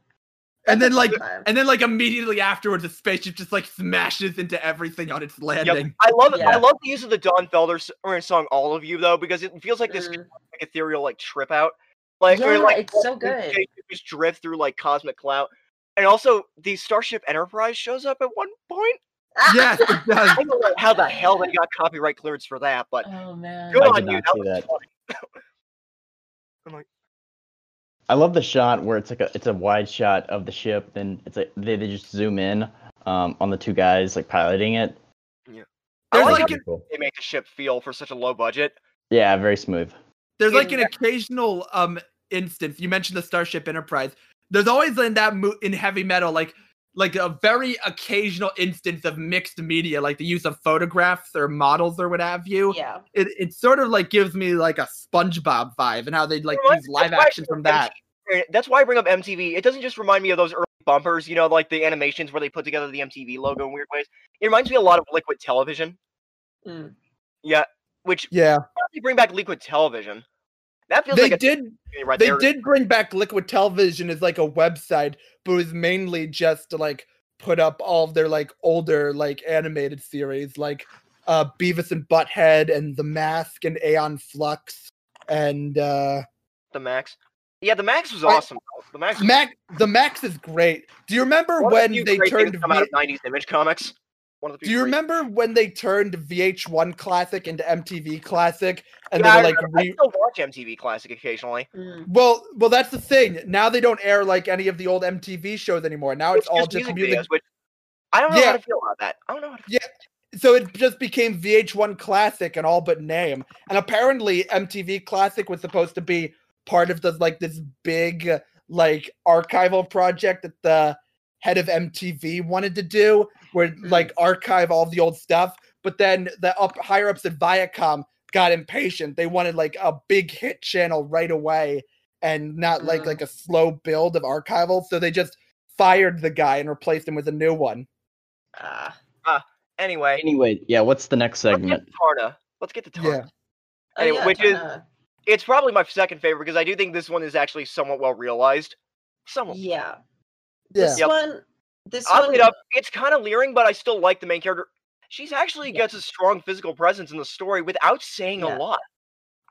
And then That's like, a good and then like immediately afterwards, the spaceship just like smashes into everything on its landing. I love I Yeah. love the use of the Don Felder s- or song "All of You" though because it feels like this Mm. like, ethereal like trip out. Like or, Yeah, like, it's so you good. take- you Just drift through like cosmic cloud, and also the Starship Enterprise shows up at one point. yes, it does. I don't know how the hell they got copyright clearance for that, but Oh man. good I on did you. not That see was that. funny. I love the shot where it's like a it's a wide shot of the ship, then it's like they, they just zoom in um, on the two guys like piloting it. I There's like how like an Pretty cool. They make the ship feel for such a low budget. Yeah, very smooth. There's Yeah, like an occasional um instance. You mentioned the Starship Enterprise. There's always in that mo- in heavy metal like like a very occasional instance of mixed media, like the use of photographs or models or what have you. Yeah. It it sort of like gives me like a SpongeBob vibe and how they like Well, use live that's why- action from that. Uh, That's why I bring up MTV. It doesn't just remind me of those early bumpers, you know, like the animations where they put together the MTV logo in weird ways. It reminds me a lot of Liquid Television. Mm. Yeah, which Yeah, why don't they bring back Liquid Television. That feels they like a did. thing right They there. did bring back Liquid Television as like a website, but it was mainly just to like put up all of their like older like animated series, like uh Beavis and Butthead and The Mask and Aeon Flux and uh the Max. Yeah, the Max was I- awesome. though. The Max. Mac. The Max is great. Do you remember one of the when few they great things turned? to come out V- of '90s Image Comics? One of the do few you great- remember when they turned VH1 Classic into MTV Classic, and Yeah, I they were like remember. re- I still watch MTV Classic occasionally. Mm. Well, well, that's the thing. Now they don't air like any of the old MTV shows anymore. Now it's, all just music videos, which I don't know how Yeah. to feel about that. I don't know. How to so it just became VH1 Classic and all but name. And apparently MTV Classic was supposed to be part of the like this big uh, like archival project that the head of MTV wanted to do where like archive all the old stuff, but then the up higher ups at Viacom got impatient. They wanted like a big hit channel right away and not like Mm. like a slow build of archival, so they just fired the guy and replaced him with a new one. Ah. anyway, Anyway, yeah, what's the next let's segment? get to Tarna. Let's get to Tarna. Yeah. Oh, Anyway, yeah, which is- Tana. It's probably my second favorite because I do think this one is actually somewhat well realized. Somewhat. Yeah. yeah. This Yep. one. This Oddly one. enough, it's kind of leering, but I still like the main character. She's actually Yeah. gets a strong physical presence in the story without saying Yeah. a lot.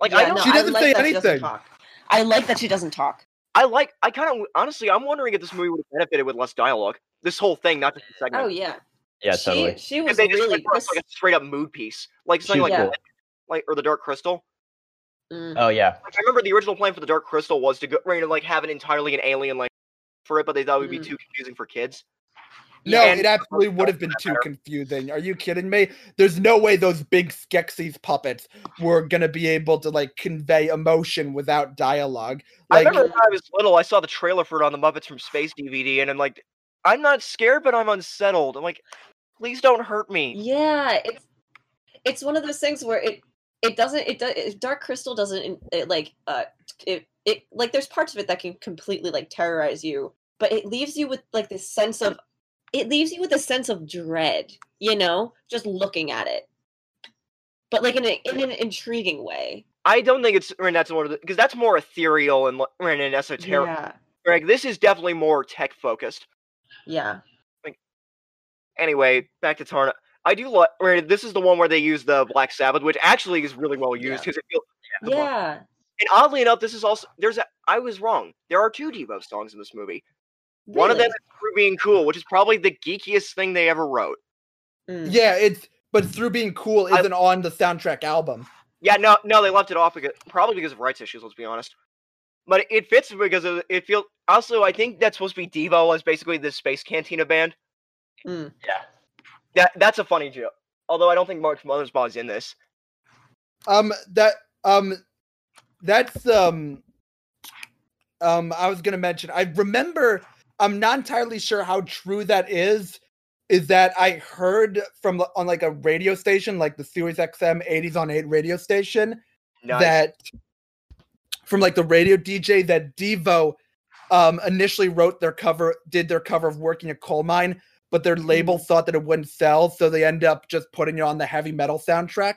Like I Yeah, don't, no, She I doesn't like say that she doesn't anything. talk. I like that she doesn't talk. I like, I kind of honestly, I'm wondering if this movie would have benefited with less dialogue. This whole thing, not just the segment. Oh yeah. Yeah, she, totally. She If was they just really. went for, This, like a straight up mood piece, like She something was like, yeah. cool. like or the Dark Crystal. mm, Oh yeah, Like, I remember the original plan for the Dark Crystal was to go, right, to, like have an entirely an alien like for it, but they thought it would be Mm. too confusing for kids. No, And- it absolutely would have been too confusing. Are you kidding me? There's no way those big Skeksis puppets were gonna be able to like convey emotion without dialogue. I Like, remember when I was little, I saw the trailer for it on the Muppets from Space DVD, and I'm like, I'm not scared, but I'm unsettled. I'm like, please don't hurt me. yeah. It's it's one of those things where it it doesn't it, do, it Dark Crystal doesn't in- it, like uh it it like there's parts of it that can completely like terrorize you, but it leaves you with like this sense of it leaves you with a sense of dread, you know, just looking at it. But like in, a, in an intriguing way. I don't think it's I mean, that's one of the because that's more ethereal and like, I mean, and esoteric. Yeah. Like this is definitely more tech focused. Yeah. Anyway, back to Tarna. I do like I mean, this is the one where they use the Black Sabbath, which actually is really well used because it feels the Black- Yeah. and oddly enough, this is also there's a I was wrong. There are two Devo songs in this movie. One of them Really? is Through Being Cool, which is probably the geekiest thing they ever wrote. Mm. Yeah, it's but through being cool Hmm. I- isn't on the soundtrack album. Yeah, no, no, they left it off because probably because of rights issues. Let's be honest. But it fits because of, it feels. Also, I think that's supposed to be Devo as basically the space cantina band. Mm. Yeah, that that's a funny joke. Although I don't think Mark Mothersbaugh is in this. Um, that um, that's um, um, I was gonna mention. I remember. I'm not entirely sure how true that is. Is that I heard from on like a radio station, like the Series XM 80s on 8 radio station, Nice. that from like the radio DJ that Devo um initially wrote their cover did their cover of working a coal mine, but their label Mm. thought that it wouldn't sell, so they end up just putting it on the heavy metal soundtrack.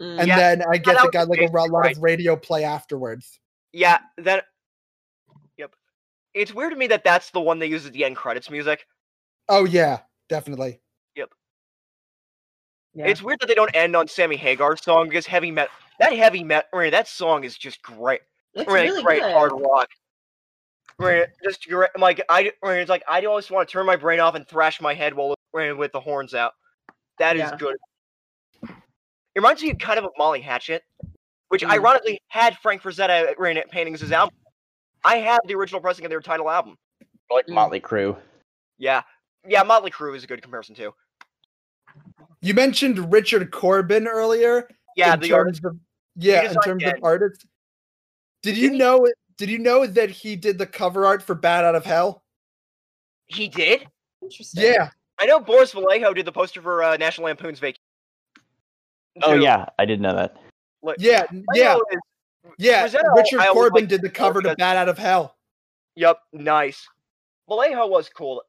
Mm. And Yeah, Oh, then I guess that it got was like a ro- basically lot right. of radio play afterwards. yeah, that. Yep. It's weird to me that that's the one they use as the end credits music. Oh yeah, definitely. Yeah. It's weird that they don't end on Sammy Hagar's song because heavy metal. That heavy metal. that song is just great. It's really, really great good. hard rock. Right, just great, like I, right, it's like I always want to turn my brain off and thrash my head while right, with the horns out. That is Yeah. good. It reminds me kind of of Molly Hatchet, which Mm. ironically had Frank Frazetta right, at paintings as album. I have the original pressing of their title album. Or like Mm. Motley Crue. Yeah, yeah, Motley Crue is a good comparison too. You mentioned Richard Corbin earlier. Yeah, in the art. terms of yeah, in designed terms Dead. of artists. Did you Didn't he- know it? Did you know that he did the cover art for "Bad Out of Hell"? He did. Interesting. Yeah, I know Boris Vallejo did the poster for uh, National Lampoon's Vacation. Oh too. yeah, I did know that. Like, yeah, n- yeah. Vallejo is- Yeah, Brazil, Richard I always Corbin liked did the cover to because- Bat Out of Hell. Yep, nice. Vallejo was cool.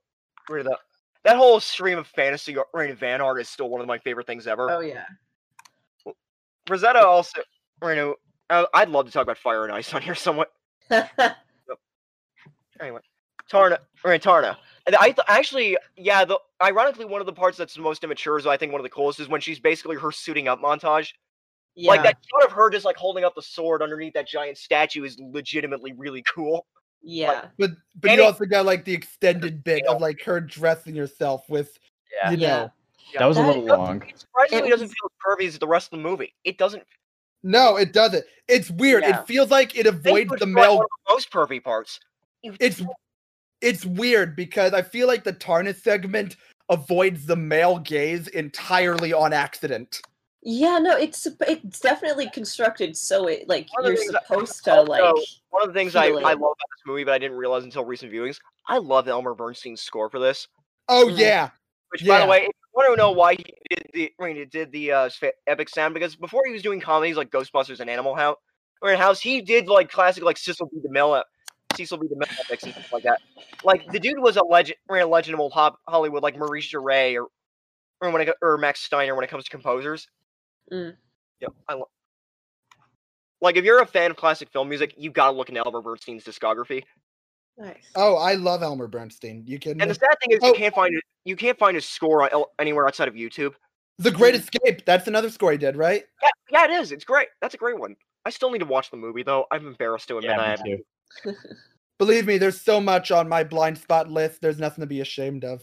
Rid of the, that whole stream of fantasy ar- right, van art is still one of my favorite things ever. Oh yeah. Rosetta also, you know, I- I'd love to talk about Fire and Ice on here somewhat. Tarna, or Tarna. And I th- actually, yeah, the, ironically, one of the parts that's the most immature is I think one of the coolest is when she's basically her suiting up montage. yeah. Like that shot of her just like holding up the sword underneath that giant statue is legitimately really cool. Yeah. But but And you it- also got like the extended bit of like her dressing herself with Yeah. you know. Yeah. That was a That- little long. It surprisingly It doesn't was- feel as pervy as the rest of the movie. It doesn't No, it doesn't. It's weird. Yeah. It feels like it They avoids would the find male one of the most pervy parts. You it's it's weird because I feel like the Tarnus segment avoids the male gaze entirely on accident. Yeah, no, it's sup- it's definitely constructed so it like One of the you're things I- supposed to also- like. one of the things I, I Feel love it. about this movie, but I didn't realize until recent viewings. I love Elmer Bernstein's score for this. Oh Mm-hmm. Mhm. yeah. Which, by Yeah. the way, if you want to know why he did the, I mean, he did the uh, sp- epic sound, because before he was doing comedies like Ghostbusters and Animal House, or in House, he did like classic like Cecil B. DeMille, Cecil B. DeMille epics and stuff like that. Like the dude was a legend, ran a legend of old Hop- Hollywood, like Maurice Jarre or or when it, co- or Max Steiner when it comes to composers. Mm. Yep, I love. Like if you're a fan of classic film music, you gotta look into Albert Bernstein's discography. Nice. Oh, I love Elmer Bernstein. You kidding And me? the sad thing is, Oh. you can't find it. You can't find his score on, el- anywhere outside of YouTube. The Great Escape. That's another score he did, right? Yeah, yeah, it is. It's great. That's a great one. I still need to watch the movie though. I'm embarrassed to admit I Yeah, have. me too. Believe me, there's so much on my blind spot list. There's nothing to be ashamed of.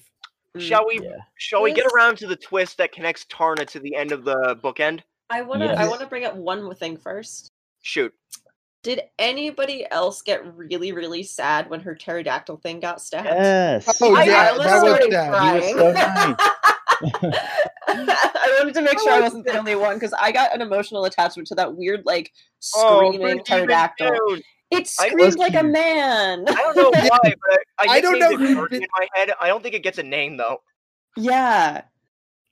Mm. Shall we? Yeah. Shall we get Yes. around to the twist that connects Tarna to the end of the bookend? I wanna Yes. I wanna bring up one more thing first. Shoot. Did anybody else get really really sad when her pterodactyl thing got stabbed? Yes. Oh, I, yeah, I that was literally sad. You were cried. so nice. I wanted to make sure I wasn't the only one because I got an emotional attachment to that weird, like, screaming Oh, Ruben, pterodactyl. dude, It I- screamed like a Bless you. man. I don't know why, but I, I just named don't know it who Tarna did- in my head. I don't think it gets a name though. yeah,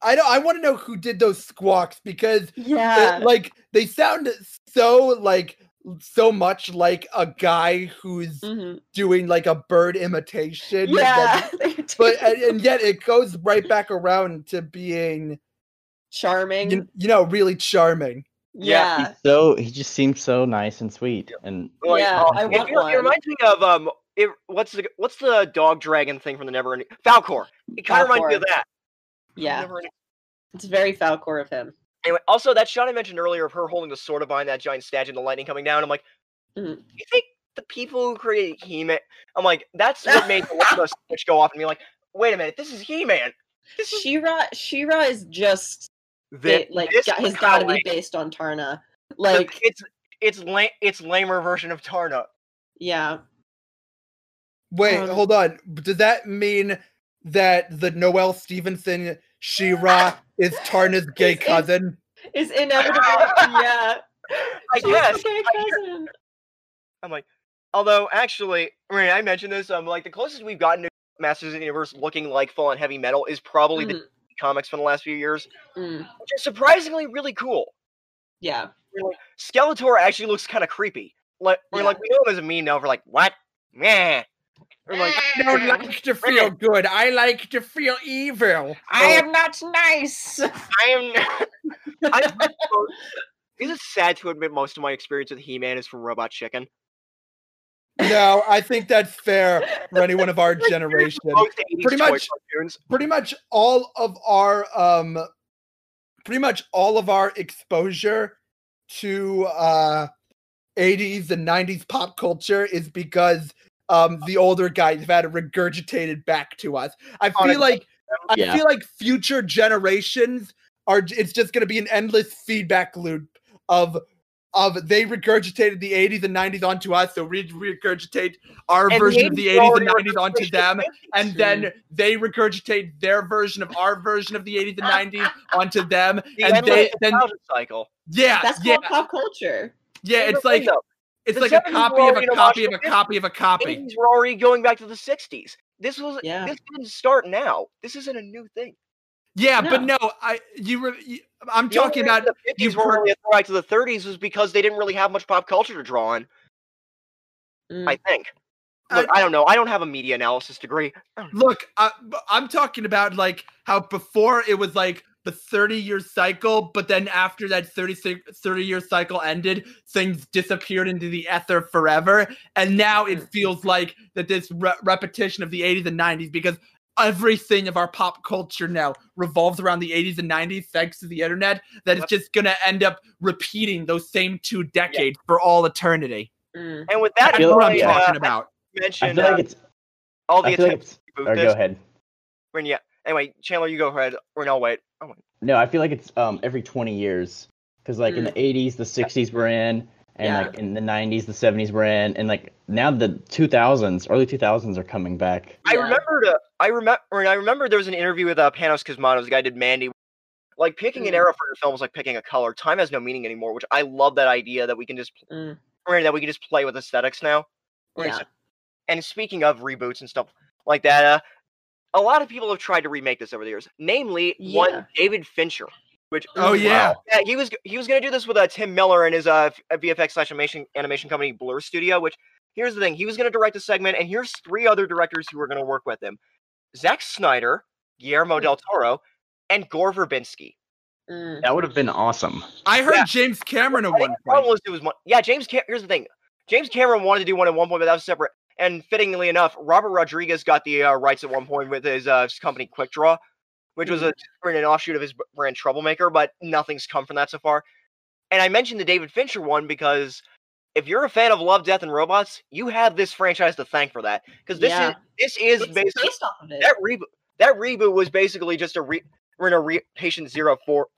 I don't. I want to uh, know who did those squawks because, it- yeah. like, they sound so like so much like a guy who's Mhm. doing like a bird imitation. but then- Yeah, but uh, and, and yet it goes right back around to being charming. you, you know really charming. Yeah. yeah, He's so he just seems so nice and sweet, and Like, Yeah, oh, I it, want it one. reminds me of um, it, what's the what's the dog dragon thing from the Never Ending Falcor? It kind of reminds me of Falcor. that. yeah. Never Ending- It's very Falcor of him. Anyway, also that shot I mentioned earlier of her holding the sword of behind that giant statue and the lightning coming down. I'm like, Mhm. you think the people who created He-Man? I'm like, that's what made the Lego switch go off and be like, wait a minute, this is He-Man. This is Shira, Shira is just thi- ba- like this got, has is got to lame. be based on Tarna. The- Like, it's it's la- it's lamer version of Tarna. yeah, Wait, Um, hold on. Does that mean that the Noel Stevenson Shira is Tarna's gay Is- is- cousin? is inevitable. yeah, I She's guess. okay, cousin. I'm like, although actually, I, mean, I mentioned this. I'm like, the closest we've gotten to Masters of the Universe looking like full on heavy metal is probably the Mhm, comics from the last few years, mm, which is surprisingly really cool. Yeah, Skeletor actually looks kind of creepy. Like, we're Yeah. like, we know him as a meme now. We're like, what? Meh. We're like, I don't like to feel good. I like to feel evil. I am not nice. I am. I, this is sad to admit. Most of my experience with He-Man is from Robot Chicken. No, I think that's fair for anyone of our Like, generation. most 80s Pretty toy much- cartoons. Pretty much all of our um pretty much all of our exposure to uh 80s and 90s pop culture is because um the older guys have had it regurgitated back to us. I On a- feel like I Yeah. feel like future generations are j- it's just going to be an endless feedback loop of of they regurgitated the 80s and 90s onto us, so we regurgitate our And version of the 80s 80s and already 90s onto regurgitated them, and Mm. then they regurgitate their version of our version of the 80s and 90s onto them, The and they endless then nostalgia cycle. yeah, That's yeah, called pop culture. yeah. Here's It's the thing, like though. it's the like a 70s were copy of a already an copy of a emotional copy of a copy. 80s were already going back to the 60s. This was Yeah. this didn't start now. This isn't a new thing. Yeah, but no, I you. Re, you I'm The only talking reason about the 50s you've were heard- only a throwback to the 30s was because they didn't really have much pop culture to draw on. Mm. I think. I- Look, I don't know. I don't have a media analysis degree. Look, I, am talking about like how before it was like the 30 year cycle, but then after that 30, 30 year cycle ended, things disappeared into the ether forever. And now it feels like that this re- repetition of the 80s and 90s because everything of our pop culture now revolves around the 80s and 90s thanks to the internet that it's just going to end up repeating those same two decades for all eternity. Mm. And with that, I I feel That's like- what I'm really, yeah. uh, talking about. I mentioned feel like uh, it's. all the I feel like attempts it's. to boot Or go this. ahead. I mean, yeah. Anyway, Chandler, you go ahead, or no, wait. Oh, wait. No, I feel like it's um every twenty years because like in the eighties, the sixties were in, and Yeah. like in the nineties, the seventies were in, and like now the two thousands, early two thousands are coming back. I Yeah. remembered. Uh, I remember. I remember there was an interview with uh, Panos Cosmatos, the guy who did Mandy. Like picking an Mm. era for your film is like picking a color. Time has no meaning anymore, which I love that idea that we can just Mm. or that we can just play with aesthetics now. Or Yeah. is it- And speaking of reboots and stuff like that, uh, a lot of people have tried to remake this over the years. Namely, Yeah. one David Fincher, which Oh, yeah. yeah, he was he was gonna do this with uh, Tim Miller and his uh, f- VFX slash animation animation company Blur Studio. Which here's the thing, he was gonna direct the segment, and here's three other directors who were gonna work with him: Zack Snyder, Guillermo del Toro, and Gore Verbinski. Mm. That would have been awesome. I heard Yeah. James Cameron at I think one the point. problem was it was one. Yeah, James. Cam- here's the thing. James Cameron wanted to do one at one point, but that was separate. And fittingly enough, Robert Rodriguez got the uh, rights at one point with his uh, his company Quick Draw, which was a, an offshoot of his b- brand Troublemaker. But nothing's come from that so far. And I mentioned the David Fincher one because if you're a fan of Love, Death, and Robots, you have this franchise to thank for that. Because this Yeah. is this is It's basically based off of it. that reboot that reboot was basically just a re we're in a re- patient zero four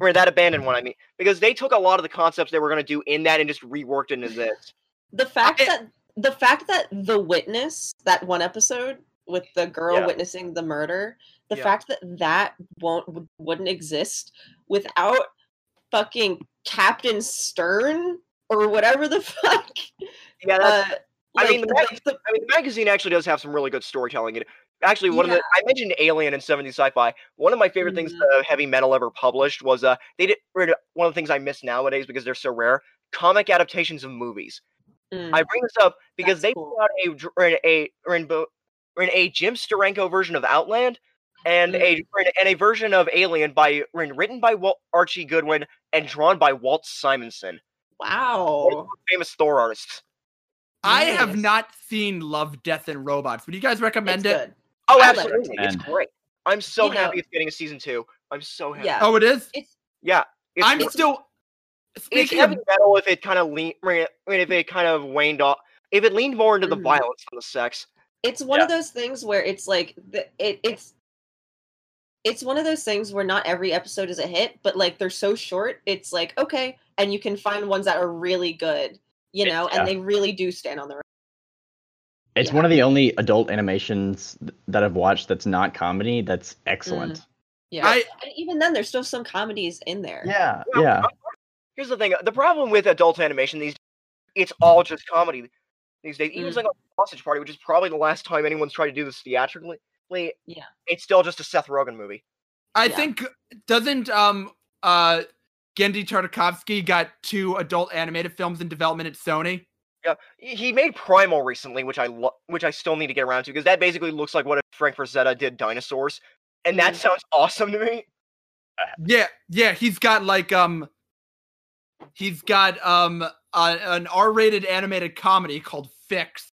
or that abandoned one I mean because they took a lot of the concepts they were gonna do in that and just reworked into this. the fact I- that the fact that the witness that one episode with the girl Yeah. witnessing the murder the Yeah. fact that that won't w- wouldn't exist without fucking captain stern or whatever the fuck Yeah, uh, that's, I mean, like, the mag- the- I mean the magazine actually does have some really good storytelling in it. Actually, one of the I mentioned Alien and 70s sci-fi. One of my favorite things Mhm. the heavy metal ever published was uh they did one of the things I miss nowadays because they're so rare. comic adaptations of movies. Mm. I bring this up because That's they cool. put out a dr- an- a an bo- an- a Jim Steranko version of Outland and Mm-hmm. a and a version of Alien by written by Walt, Archie Goodwin and drawn by Walt Simonson, wow. famous Thor artists. I have Nice. not seen Love, Death, and Robots. Would you guys recommend It's it? good. Oh, I love it. absolutely, it's And- great. I'm so You know- happy it's getting a season two. I'm so happy. Yeah. Oh, it is. yeah. It's I'm it's, still it's speaking of heavy metal if it kind of lean I mean, if it kind of waned off if it leaned more into the Mhm. violence than the sex. It's one of those things where it's like the, it it's it's one of those things where not every episode is a hit, but like they're so short, it's like okay, and you can find ones that are really good, you know, Yeah. and they really do stand on their own. It's Yeah. one of the only adult animations th- that I've watched that's not comedy. That's excellent. Yeah. I and even then, there's still some comedies in there. Yeah, Well, yeah. Here's the thing: the problem with adult animation these, it's all just comedy these days. Even Mm. something like Sausage Party, which is probably the last time anyone's tried to do this theatrically, Yeah. it's still just a Seth Rogen movie. I Yeah. think doesn't um uh Gendy Tartakovsky got two adult animated films in development at Sony. Yeah, he he made Primal recently, which I lo- which I still need to get around to because that basically looks like what if Frank Frazetta did dinosaurs, and that Mm. sounds awesome to me. Yeah, yeah, he's got like um he's got um a, an R-rated animated comedy called Fix.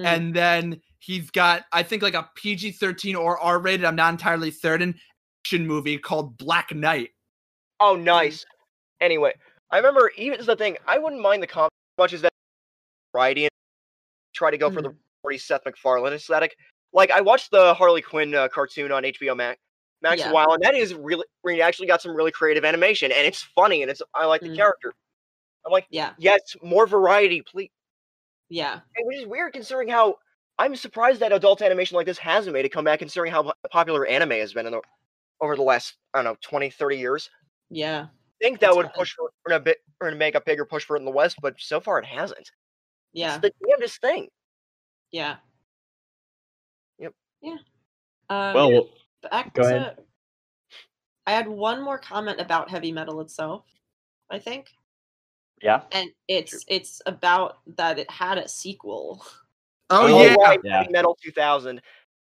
Mm. And then he's got I think like a PG-13 or R-rated, I'm not entirely certain, action movie called Black Knight. Oh, nice. Anyway, I remember even it's the thing I wouldn't mind the comedy as much as that variety and try to go for the pretty Seth MacFarlane aesthetic. Like I watched the Harley Quinn uh, cartoon on HBO Max Max Yeah. a while, and that is really we actually got some really creative animation, and it's funny, and it's I like the Mm. character. I'm like, Yeah. yes, more variety, please. Yeah. And Which is weird considering how I'm surprised that adult animation like this hasn't made a comeback, considering how po- popular anime has been in the, over the last I don't know 20, 30 years Yeah. think that It's would fine. push for for a bit or to make a bigger push for it in the West, but so far it hasn't. Yeah. It's the damnedest thing. Yeah. Yep. Yeah. Um, Well, well, back go to, ahead. I had one more comment about heavy metal itself, I think, yeah. and it's it's about that it had a sequel. Oh, Oh, yeah. right, Yeah. Heavy Metal 2000.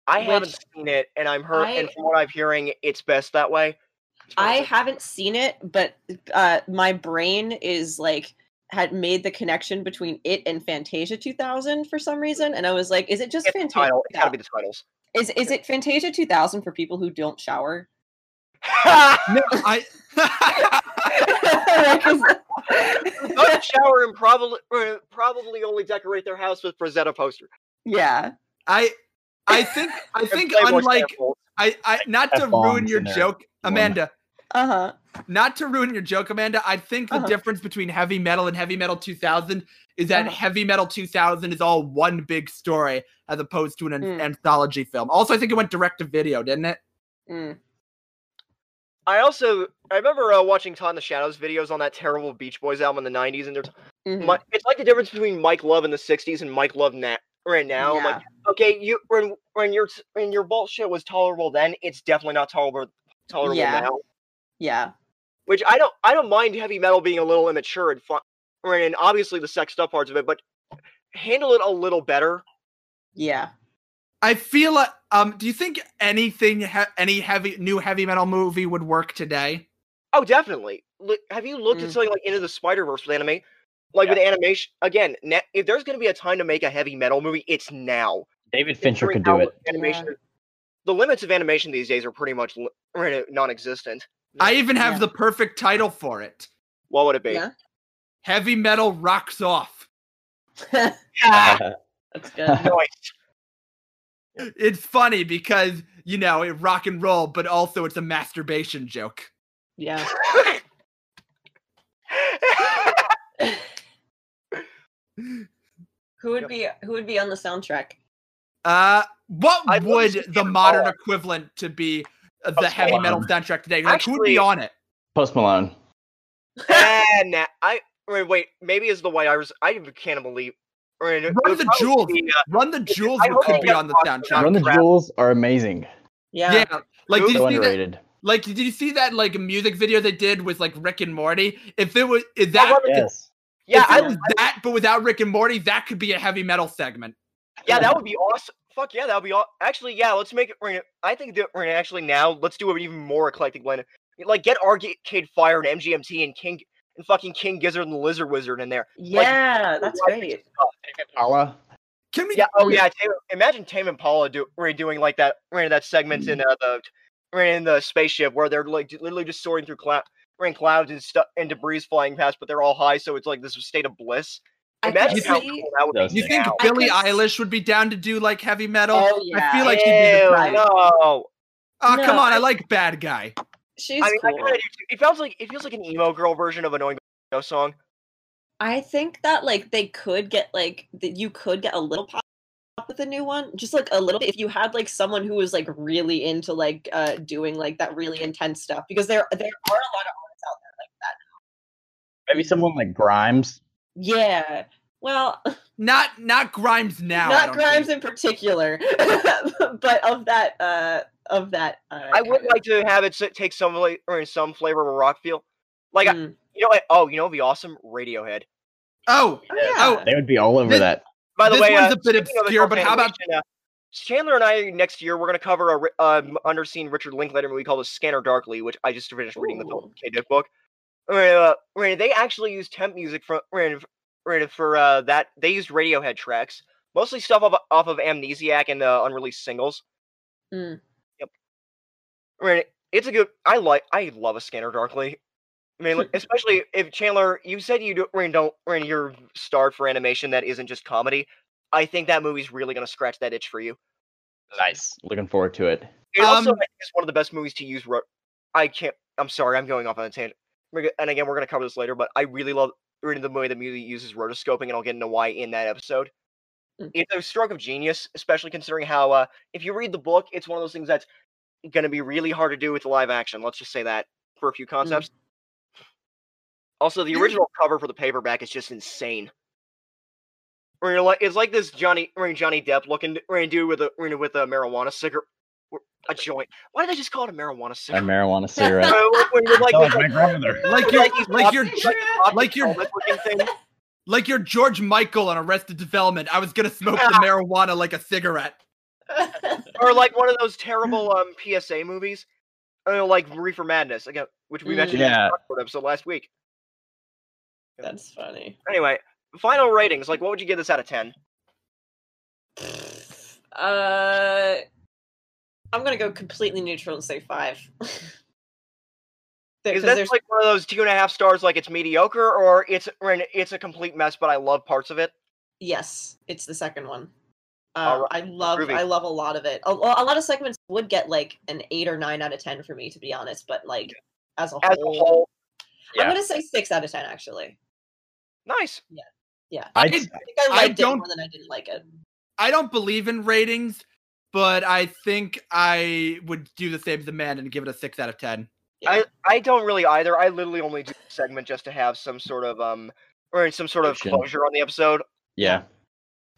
I haven't Which seen it, and I'm hurt. and I- from what I'm hearing, it's best that way. It's what I it says. haven't seen it, but uh, my brain is like had made the connection between it and Fantasia 2000 for some reason, and I was like, is it just It's the Fantasia? title. It's got to be the titles. Is is it Fantasia 2000 for people who don't shower? No, I Like, is- Don't shower and probably er, probably only decorate their house with Frazetta poster. yeah. I I think I and think Playboy unlike samples. I, I not to F-bombs ruin your in there. joke, One. Amanda. Uh huh. Not to ruin your joke, Amanda. I think the Uh-huh. difference between heavy metal and heavy metal 2000 is that Uh-huh. heavy metal 2000 is all one big story as opposed to an an- Mm. anthology film. Also, I think it went direct to video, didn't it? Mm. I also I remember uh, watching Todd in the Shadows videos on that terrible Beach Boys album in the '90s, and they're mhm. Mi- it's like the difference between Mike Love in the '60s and Mike Love na- right now. I'm like, okay, you when when your when your bullshit was tolerable then, it's definitely not tolerable tolerable Yeah. now. yeah. Which I don't I don't mind heavy metal being a little immature and fun, right, and obviously the sex stuff parts of it, but handle it a little better. Yeah. I feel like um do you think anything he- any heavy new heavy metal movie would work today? Oh, definitely. Look, have you looked at Mm. something like Into the Spider Verse with anime? Like with animation again, na- if there's going to be a time to make a heavy metal movie, it's now. David It's Fincher really could do how it. Animation. Yeah. The limits of animation these days are pretty much li- right, non-existent. I even have Yeah. the perfect title for it. What would it be? Yeah. Heavy metal rocks off. Ah, That's good. nice. It's funny because you know it rock and roll, but also it's a masturbation joke. Yeah. Who would Yep. be who would be on the soundtrack? Uh, what I'd love to see would the Cannonball modern Run. equivalent to be of Post the heavy metal Malone. soundtrack today? Like, who would be Actually- on it? Post Malone. and nah, I wait, wait, maybe it's the White Iris. I can't believe. Or it Run would the probably jewels. be, uh, Run the jewels I would- hope could they be get on the Fox to soundtrack. run Run the crap. Jewels are amazing. yeah. Yeah, like did Who- you So see that? underrated. Like did you see that like music video they did with like Rick and Morty? If it was if I that love Yes. Yeah, if I, it was that, but without Rick and Morty, that could be a heavy metal segment. yeah, that would be awesome. Fuck yeah, that would be awesome. Actually, yeah, let's make it. We're gonna, I think that we're gonna actually now let's do an even more eclectic blend. Like get Arcade Fire and MGMT and King and fucking King Gizzard and Lizard Wizard in there. Yeah, that's Like, great. Allah. Can we? Yeah. Oh yeah. Tame, imagine Tame Impala do, we're doing like that. We're in that segment in uh, the we're in the spaceship where they're like literally just soaring through cloud, we're in clouds and stuff and debris flying past, but they're all high, so it's like this state of bliss. I could Imagine how see- cool that would Does be. You think now. Billie I could- Eilish would be down to do like heavy metal? Oh, yeah. I feel like she'd be the Ew, type. no. Oh, No, come on, I I- like Bad Guy. She's I mean, I cool. kinda do too. It feels like it feels like an emo girl version of annoying no song. I think that like they could get like that you could get a little pop with a new one, just like a little. If you had like someone who was like really into like uh doing like that really intense stuff, because there there are a lot of artists out there like that. Maybe someone like Grimes. Yeah. Well, Not not Grimes now. I not don't Grimes think. in particular, but of that uh of that. Uh, I would kind like to have it s- take some like or in some flavor of a rock feel. Like of- I, Mm. you know, what- oh, you know, what'd be awesome Radiohead. Oh, Oh, Oh, yeah. They would be all over This- that. By the This way, one's uh, a bit speaking of the obscure, but how about- compilation, uh, Chandler and I next year we're going to cover a ri- um, underseen Richard Linklater movie called *The Scanner Darkly*, which I just finished reading the Philip Ooh. K. Dick book. Uh, uh, right, they actually used temp music for right, right, for uh, that. They used Radiohead tracks, mostly stuff off, off of *Amnesiac* and the unreleased singles. Mm. Yep. Right, it's a good. I like. I love *A Scanner Darkly*. I mean, like, especially if Chandler, you said you do, right, don't, right, you're starred for animation that isn't just comedy. I think that movie's really going to scratch that itch for you. Nice. Looking forward to it. It also Um, is one of the best movies to use. Ro- I can't. I'm sorry. I'm going off on a tangent. We're go- And again, we're going to cover this later. But I really love reading the way the movie uses rotoscoping, and I'll get into why in that episode. Mm. It's a stroke of genius, especially considering how uh, if you read the book, it's one of those things that's going to be really hard to do with live action. Let's just say that for a few concepts. Also, the Mm. Yeah. original cover for the paperback is just insane. Where you're like, it's like this Johnny, where Johnny Depp looking, where dude with a where with a marijuana cigarette, a joint. Why did they just call it a marijuana A cigarette? marijuana cigarette. Where- where- where you're like, Oh, this, it's my grandmother. like Like your he's like your watching- like your- helmet looking thing. like your George Michael on Arrested Development. I was gonna smoke the marijuana like a cigarette. Mm. or like one of those terrible um PSA movies, uh, like Reefer Madness again, which we Mm. mentioned Yeah. in the episode last week. That's funny. Anyway, final ratings. Like, what would you give this out of ten? Uh, I'm gonna go completely neutral and say five. There- Is 'cause this there's- like one of those two and a half stars? Like it's mediocre, or it's or an- it's a complete mess, but I love parts of it. yes, it's the second one. All Um, I love, groovy. I love a lot of it. A, lo- a lot of segments would get like an eight or nine out of ten for me, to be honest. But like as a whole, As a whole, yeah. I'm gonna say six out of ten. Actually, nice. yeah, I, I It- think I I liked it don't- more than I didn't like it. I don't believe in ratings, but I think I would do the same as the man and give it a six out of ten. I I don't really either. I literally only do the segment just to have some sort of um or some sort of Action. closure on the episode. yeah.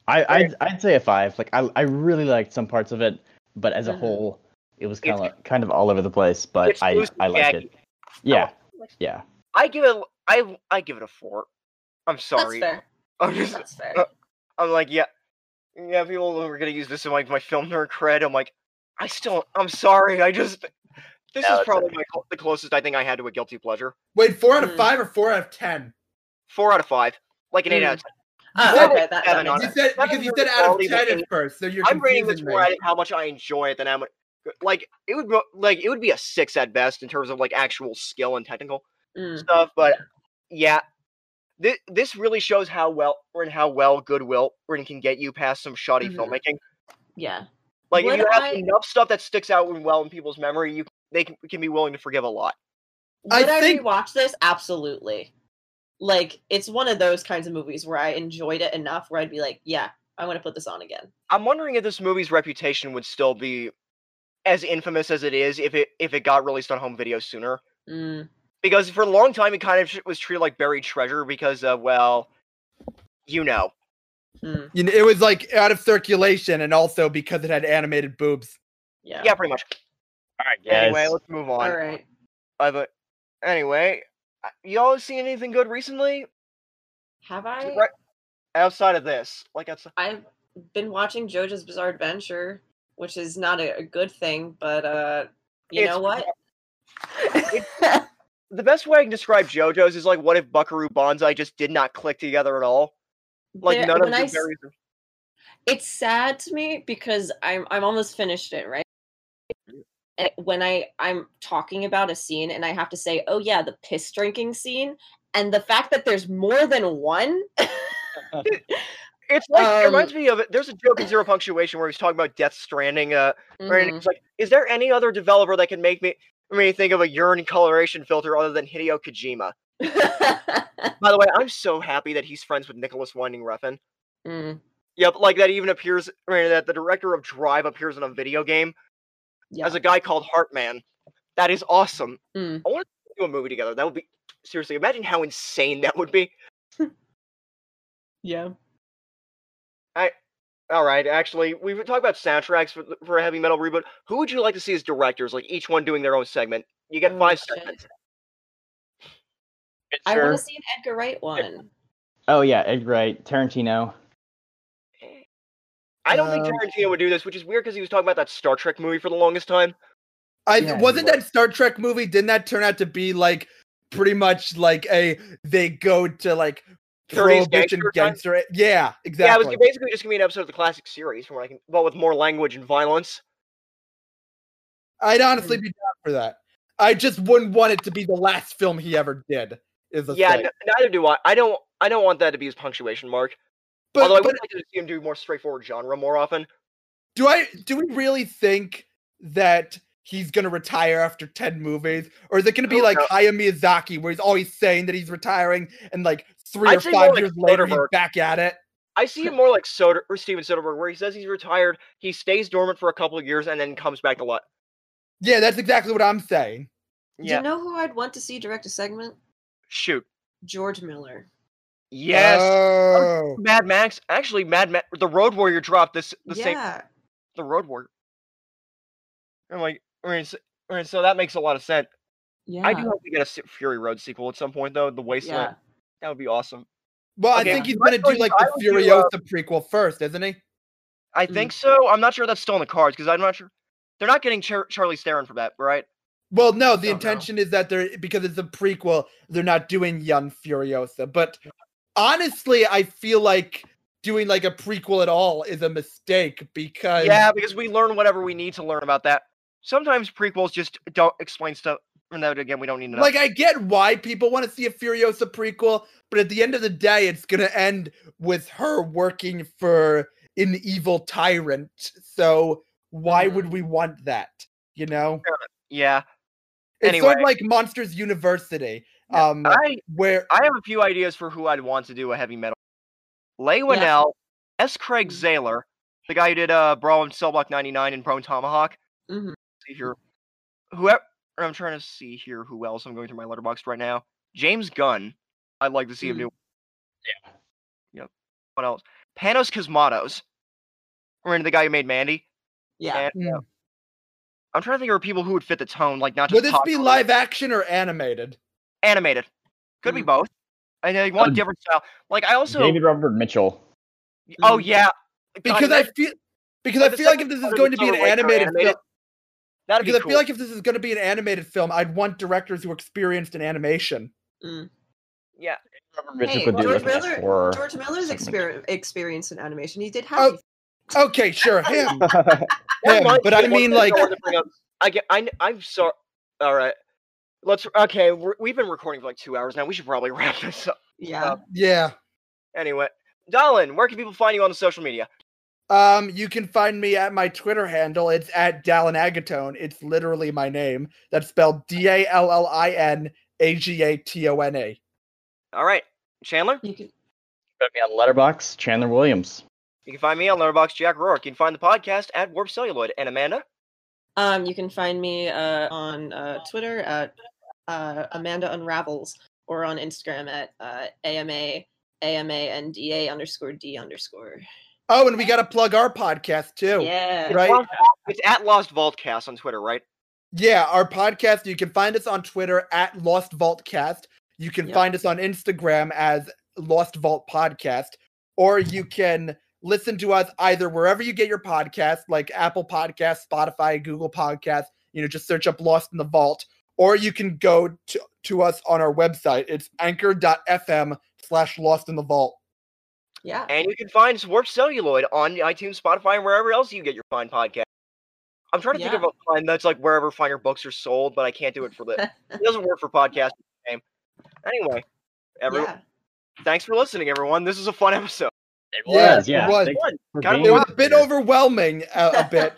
I I'd, I'd say a five. Like I I really liked some parts of it, but as a Mhm. whole, it was kind Mm-hmm. It's- of kind of all over the place. But it's I loose I and liked jaggy. it. Yeah, like it. yeah. I give it I I give it a four. I'm That's sorry. fair. I'm just That's fair. uh, I'm like yeah yeah people are gonna use this in like my film nerd cred. I'm like I still I'm sorry. I just this No, is it's probably my, cl- the closest I think I had to a guilty pleasure. Wait, four Hmm. five or four out of ten? Four out of five, like an eight out of ten. Uh, Yeah, okay, that, that seven makes on You it. sense. said That because you doesn't said out really of ten validate at first, so you're I'm rating this confusing more out me. of how much I enjoy it than how much like it would go- like it would be a six at best in terms of like actual skill and technical. Mm. stuff, but yeah, this this really shows how well and how well goodwill and can get you past some shoddy Mhm. filmmaking. Yeah. Like if Would you have I- enough stuff that sticks out and well in people's memory, you they can, can be willing to forgive a lot. I Would I, think- rewatch this? Absolutely. Like it's one of those kinds of movies where I enjoyed it enough where I'd be like, yeah, I want to put this on again. I'm wondering if this movie's reputation would still be as infamous as it is if it if it got released on home video sooner. Mm, Because for a long time, it kind of sh- was treated like buried treasure because of well, you know. mm, You know, it was like out of circulation, and also because it had animated boobs. yeah. Yeah, pretty much. All right, Anyway, let's move on. All right. Uh, but anyway, uh, y'all seen anything good recently? Have I? Right outside of this, like outside. I've been watching JoJo's Bizarre Adventure, which is not a, a good thing, but uh, you It's know what? The best way I can describe JoJo's is like, what if Buckaroo Banzai just did not click together at all? Like There- none of when the I s- various. it's sad to me because I'm I'm almost finished it, right? And When I I'm talking about a scene and I have to say, "Oh yeah, the piss drinking scene," and the fact that there's more than one, It's like it Um, reminds me of it. There's a joke in Zero Punctuation where he's talking about Death Stranding. Uh, right? Mhm. It's like, is there any other developer that can make me make me think of a urine coloration filter other than Hideo Kojima? Mm. By the way, I'm so happy that he's friends with Nicholas Winding Refn. Mm, Yep, like that even appears. I mean, that the director of Drive appears in a video game yeah. as a guy called Heartman. That is awesome. Mm. I want to do a movie together. That would be seriously. Imagine how insane that would be. yeah. All right, actually, we've talked about soundtracks for, the- for a heavy metal reboot. Who would you like to see as directors? Like each one doing their own segment. You get Oh, five shit. segments. I Sure. want to see an Edgar Wright one. Oh yeah, Edgar Wright, Tarantino. I don't think Um, Tarantino would do this, which is weird because he was talking about that Star Trek movie for the longest time. I Yeah, wasn't you that Star Trek movie. Didn't that turn out to be like pretty much like a they go to like 30s prohibition gangster time? gangster? Yeah, exactly. Yeah, it was basically just gonna be an episode of the classic series, from what I can, but with more language and violence. I'd Mm. honestly be down for that. I just wouldn't want it to be the last film he ever did. Is the yeah, thing. n- neither do I. I don't. I don't want that to be his punctuation mark. but, Although I but would like to see him do more straightforward genre more often. do I do we really think that he's gonna retire after ten movies, or is it gonna be Who like knows? Hayao Miyazaki, where he's always saying that he's retiring, and like 3 I'd or say more five like years later he's Soderbergh. back at it? I see him more like Soder or Steven Soderbergh, where he says he's retired, he stays dormant for a couple of years, and then comes back to life. Yeah, that's exactly what I'm saying. Yeah. You know who I'd want to see direct a segment? Shoot. George Miller. Yes. Oh. Mad Max. Actually, Mad Max. The Road Warrior dropped this. The same. yeah. The Road Warrior. I'm like, I mean, so, I mean, so that makes a lot of sense. Yeah. I do hope we get a Se- Fury Road sequel at some point, though. The Wasteland. yeah. That would be awesome. Well, Okay. I think he's gonna do Actually, like I the would do, uh, Furiosa prequel first, isn't he? I Mm. think so. I'm not sure that's still in the cards because I'm not sure. They're not getting Char- Charlie Theron for that, right? Well, no, Don't the know. intention is that they're because it's a prequel, they're not doing Young Furiosa. But honestly, I feel like doing like a prequel at all is a mistake because yeah, because we learn whatever we need to learn about that. Sometimes prequels just don't explain stuff. And that again, we don't need to know. like I get why people want to see a Furiosa prequel, but at the end of the day, it's gonna end with her working for an evil tyrant. So why Mm. would we want that? You know? yeah, It's sort Anyway. of like Monsters University. Yeah, Um I where I have a few ideas for who I'd want to do a heavy metal. Leigh Yeah. Whannell, S. Craig Mm-hmm. Mhm. Zahler, the guy who did uh, Brawl and Cell Block 99 and Prone Tomahawk. Mm-hmm. Mhm. See here, whoever I'm trying to see here who else I'm going through my letterbox right now. James Gunn, I'd like to see him Mm-hmm. Mhm. do. Yeah. Yep. What else? Panos Cosmatos. Remember the guy who made Mandy? Yeah. And, uh, I'm trying to think of people who would fit the tone, like not just would this pop be culture. live Mm-hmm. action or animated? animated. Could be Mhm. both. And they want Um, different style. Like I also David Robert Mitchell. Oh Mhm. yeah. God, Mm-hmm. Because I imagine- feel because Like I the feel like if second this is part of going the to be an Silver Lake are animated film, animated? that'd be because I cool. feel like if this is going to be an animated film, I'd want directors who are experienced in animation. yeah. Robert Mitchell Hey, could do George like Miller- that horror. George Miller's segment. exper- experience in animation. He did Oh, have. Okay, sure, him, That him, reminds but me I of one thing mean like wanted to bring up. I get I am sorry. All right. Let's okay, we're, we've been recording for like 2 hours now. We should probably wrap this up. yeah. yeah. Anyway, Dolan, where can people find you on the social media? Um, you can find me at my Twitter handle. It's at Dallin Agatone. It's literally my name. That's spelled D A L L I N A G A T O N A. All right. Chandler, You can. Put me on Letterbox, Chandler Williams. you can find me on Letterbox Jack Rourke. You can find the podcast at Warp Celluloid. And Amanda, Um, you can find me uh, on uh, Twitter at uh, Amanda Unravels or on Instagram at uh, AMA AMANDA underscore D underscore. Oh, and we got to plug our podcast too. Yeah. Oh, Right? Lost- it's at Lost Vaultcast on Twitter, right? Yeah, our podcast. You can find us on Twitter at Lost Vault Cast. You can Yep. find us on Instagram as Lost Vault podcast, or you can listen to us either wherever you get your podcast, like Apple Podcasts, Spotify, Google Podcasts. You know, just search up Lost in the Vault, or you can go to, to us on our website. It's anchor.fm slash Lost in the Vault. Yeah. And you can find Warp Celluloid on iTunes, Spotify, and wherever else you get your fine podcast. I'm trying to Yeah. think of a fine that's like wherever finer books are sold, but I can't do it for this. it doesn't work for podcasting name. Anyway, everyone, yeah. thanks for listening, everyone. This is a fun episode. It Yeah, was, yeah. it was. Thanks One. for Kind of being It was a here. bit overwhelming uh, a bit.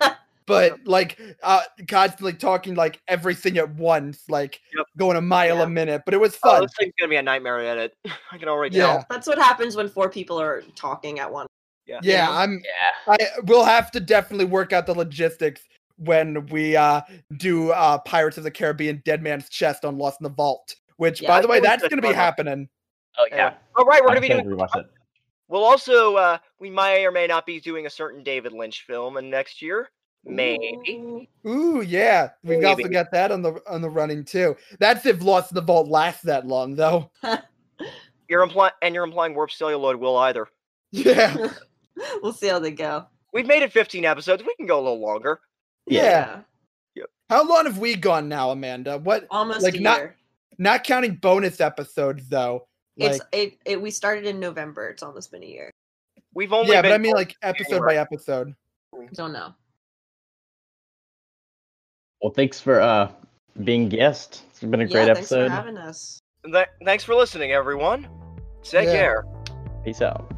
but like uh constantly talking like everything at once like Yep. going a mile Yeah. a minute but it was Oh, fun this thing's gonna be a nightmare to edit. I can already Yeah. tell. That's what happens when four people are talking at once. yeah, yeah. i'm Yeah. i we'll have to definitely work out the logistics when we uh do uh pirates of the caribbean dead man's chest on lost in the vault which Yeah, by the I way think that's that's gonna be fun. happening Oh Yeah. All right, we're gonna be doing. rewatch it. We'll also uh, we may or may not be doing a certain David Lynch film in next year. Maybe. Ooh. Ooh, yeah. We've also Maybe. got that on the on the running too. That's if Lost in the Vault lasts that long though. You're implying, and you're implying Warp Celluloid will either. Yeah. we'll see how they go. We've made it 15 episodes. We can go a little longer. Yeah. How long have we gone now, Amanda? What Almost Like, a not- year. not counting bonus episodes though. it's it, it we started in November. It's almost been a year. We've only yeah, been but I mean like episode January. by episode. Don't know. Well, thanks for uh being guest. It's been a great yeah, Thanks episode. for having us. Th- thanks for listening, everyone. Take Yeah. care. Peace out.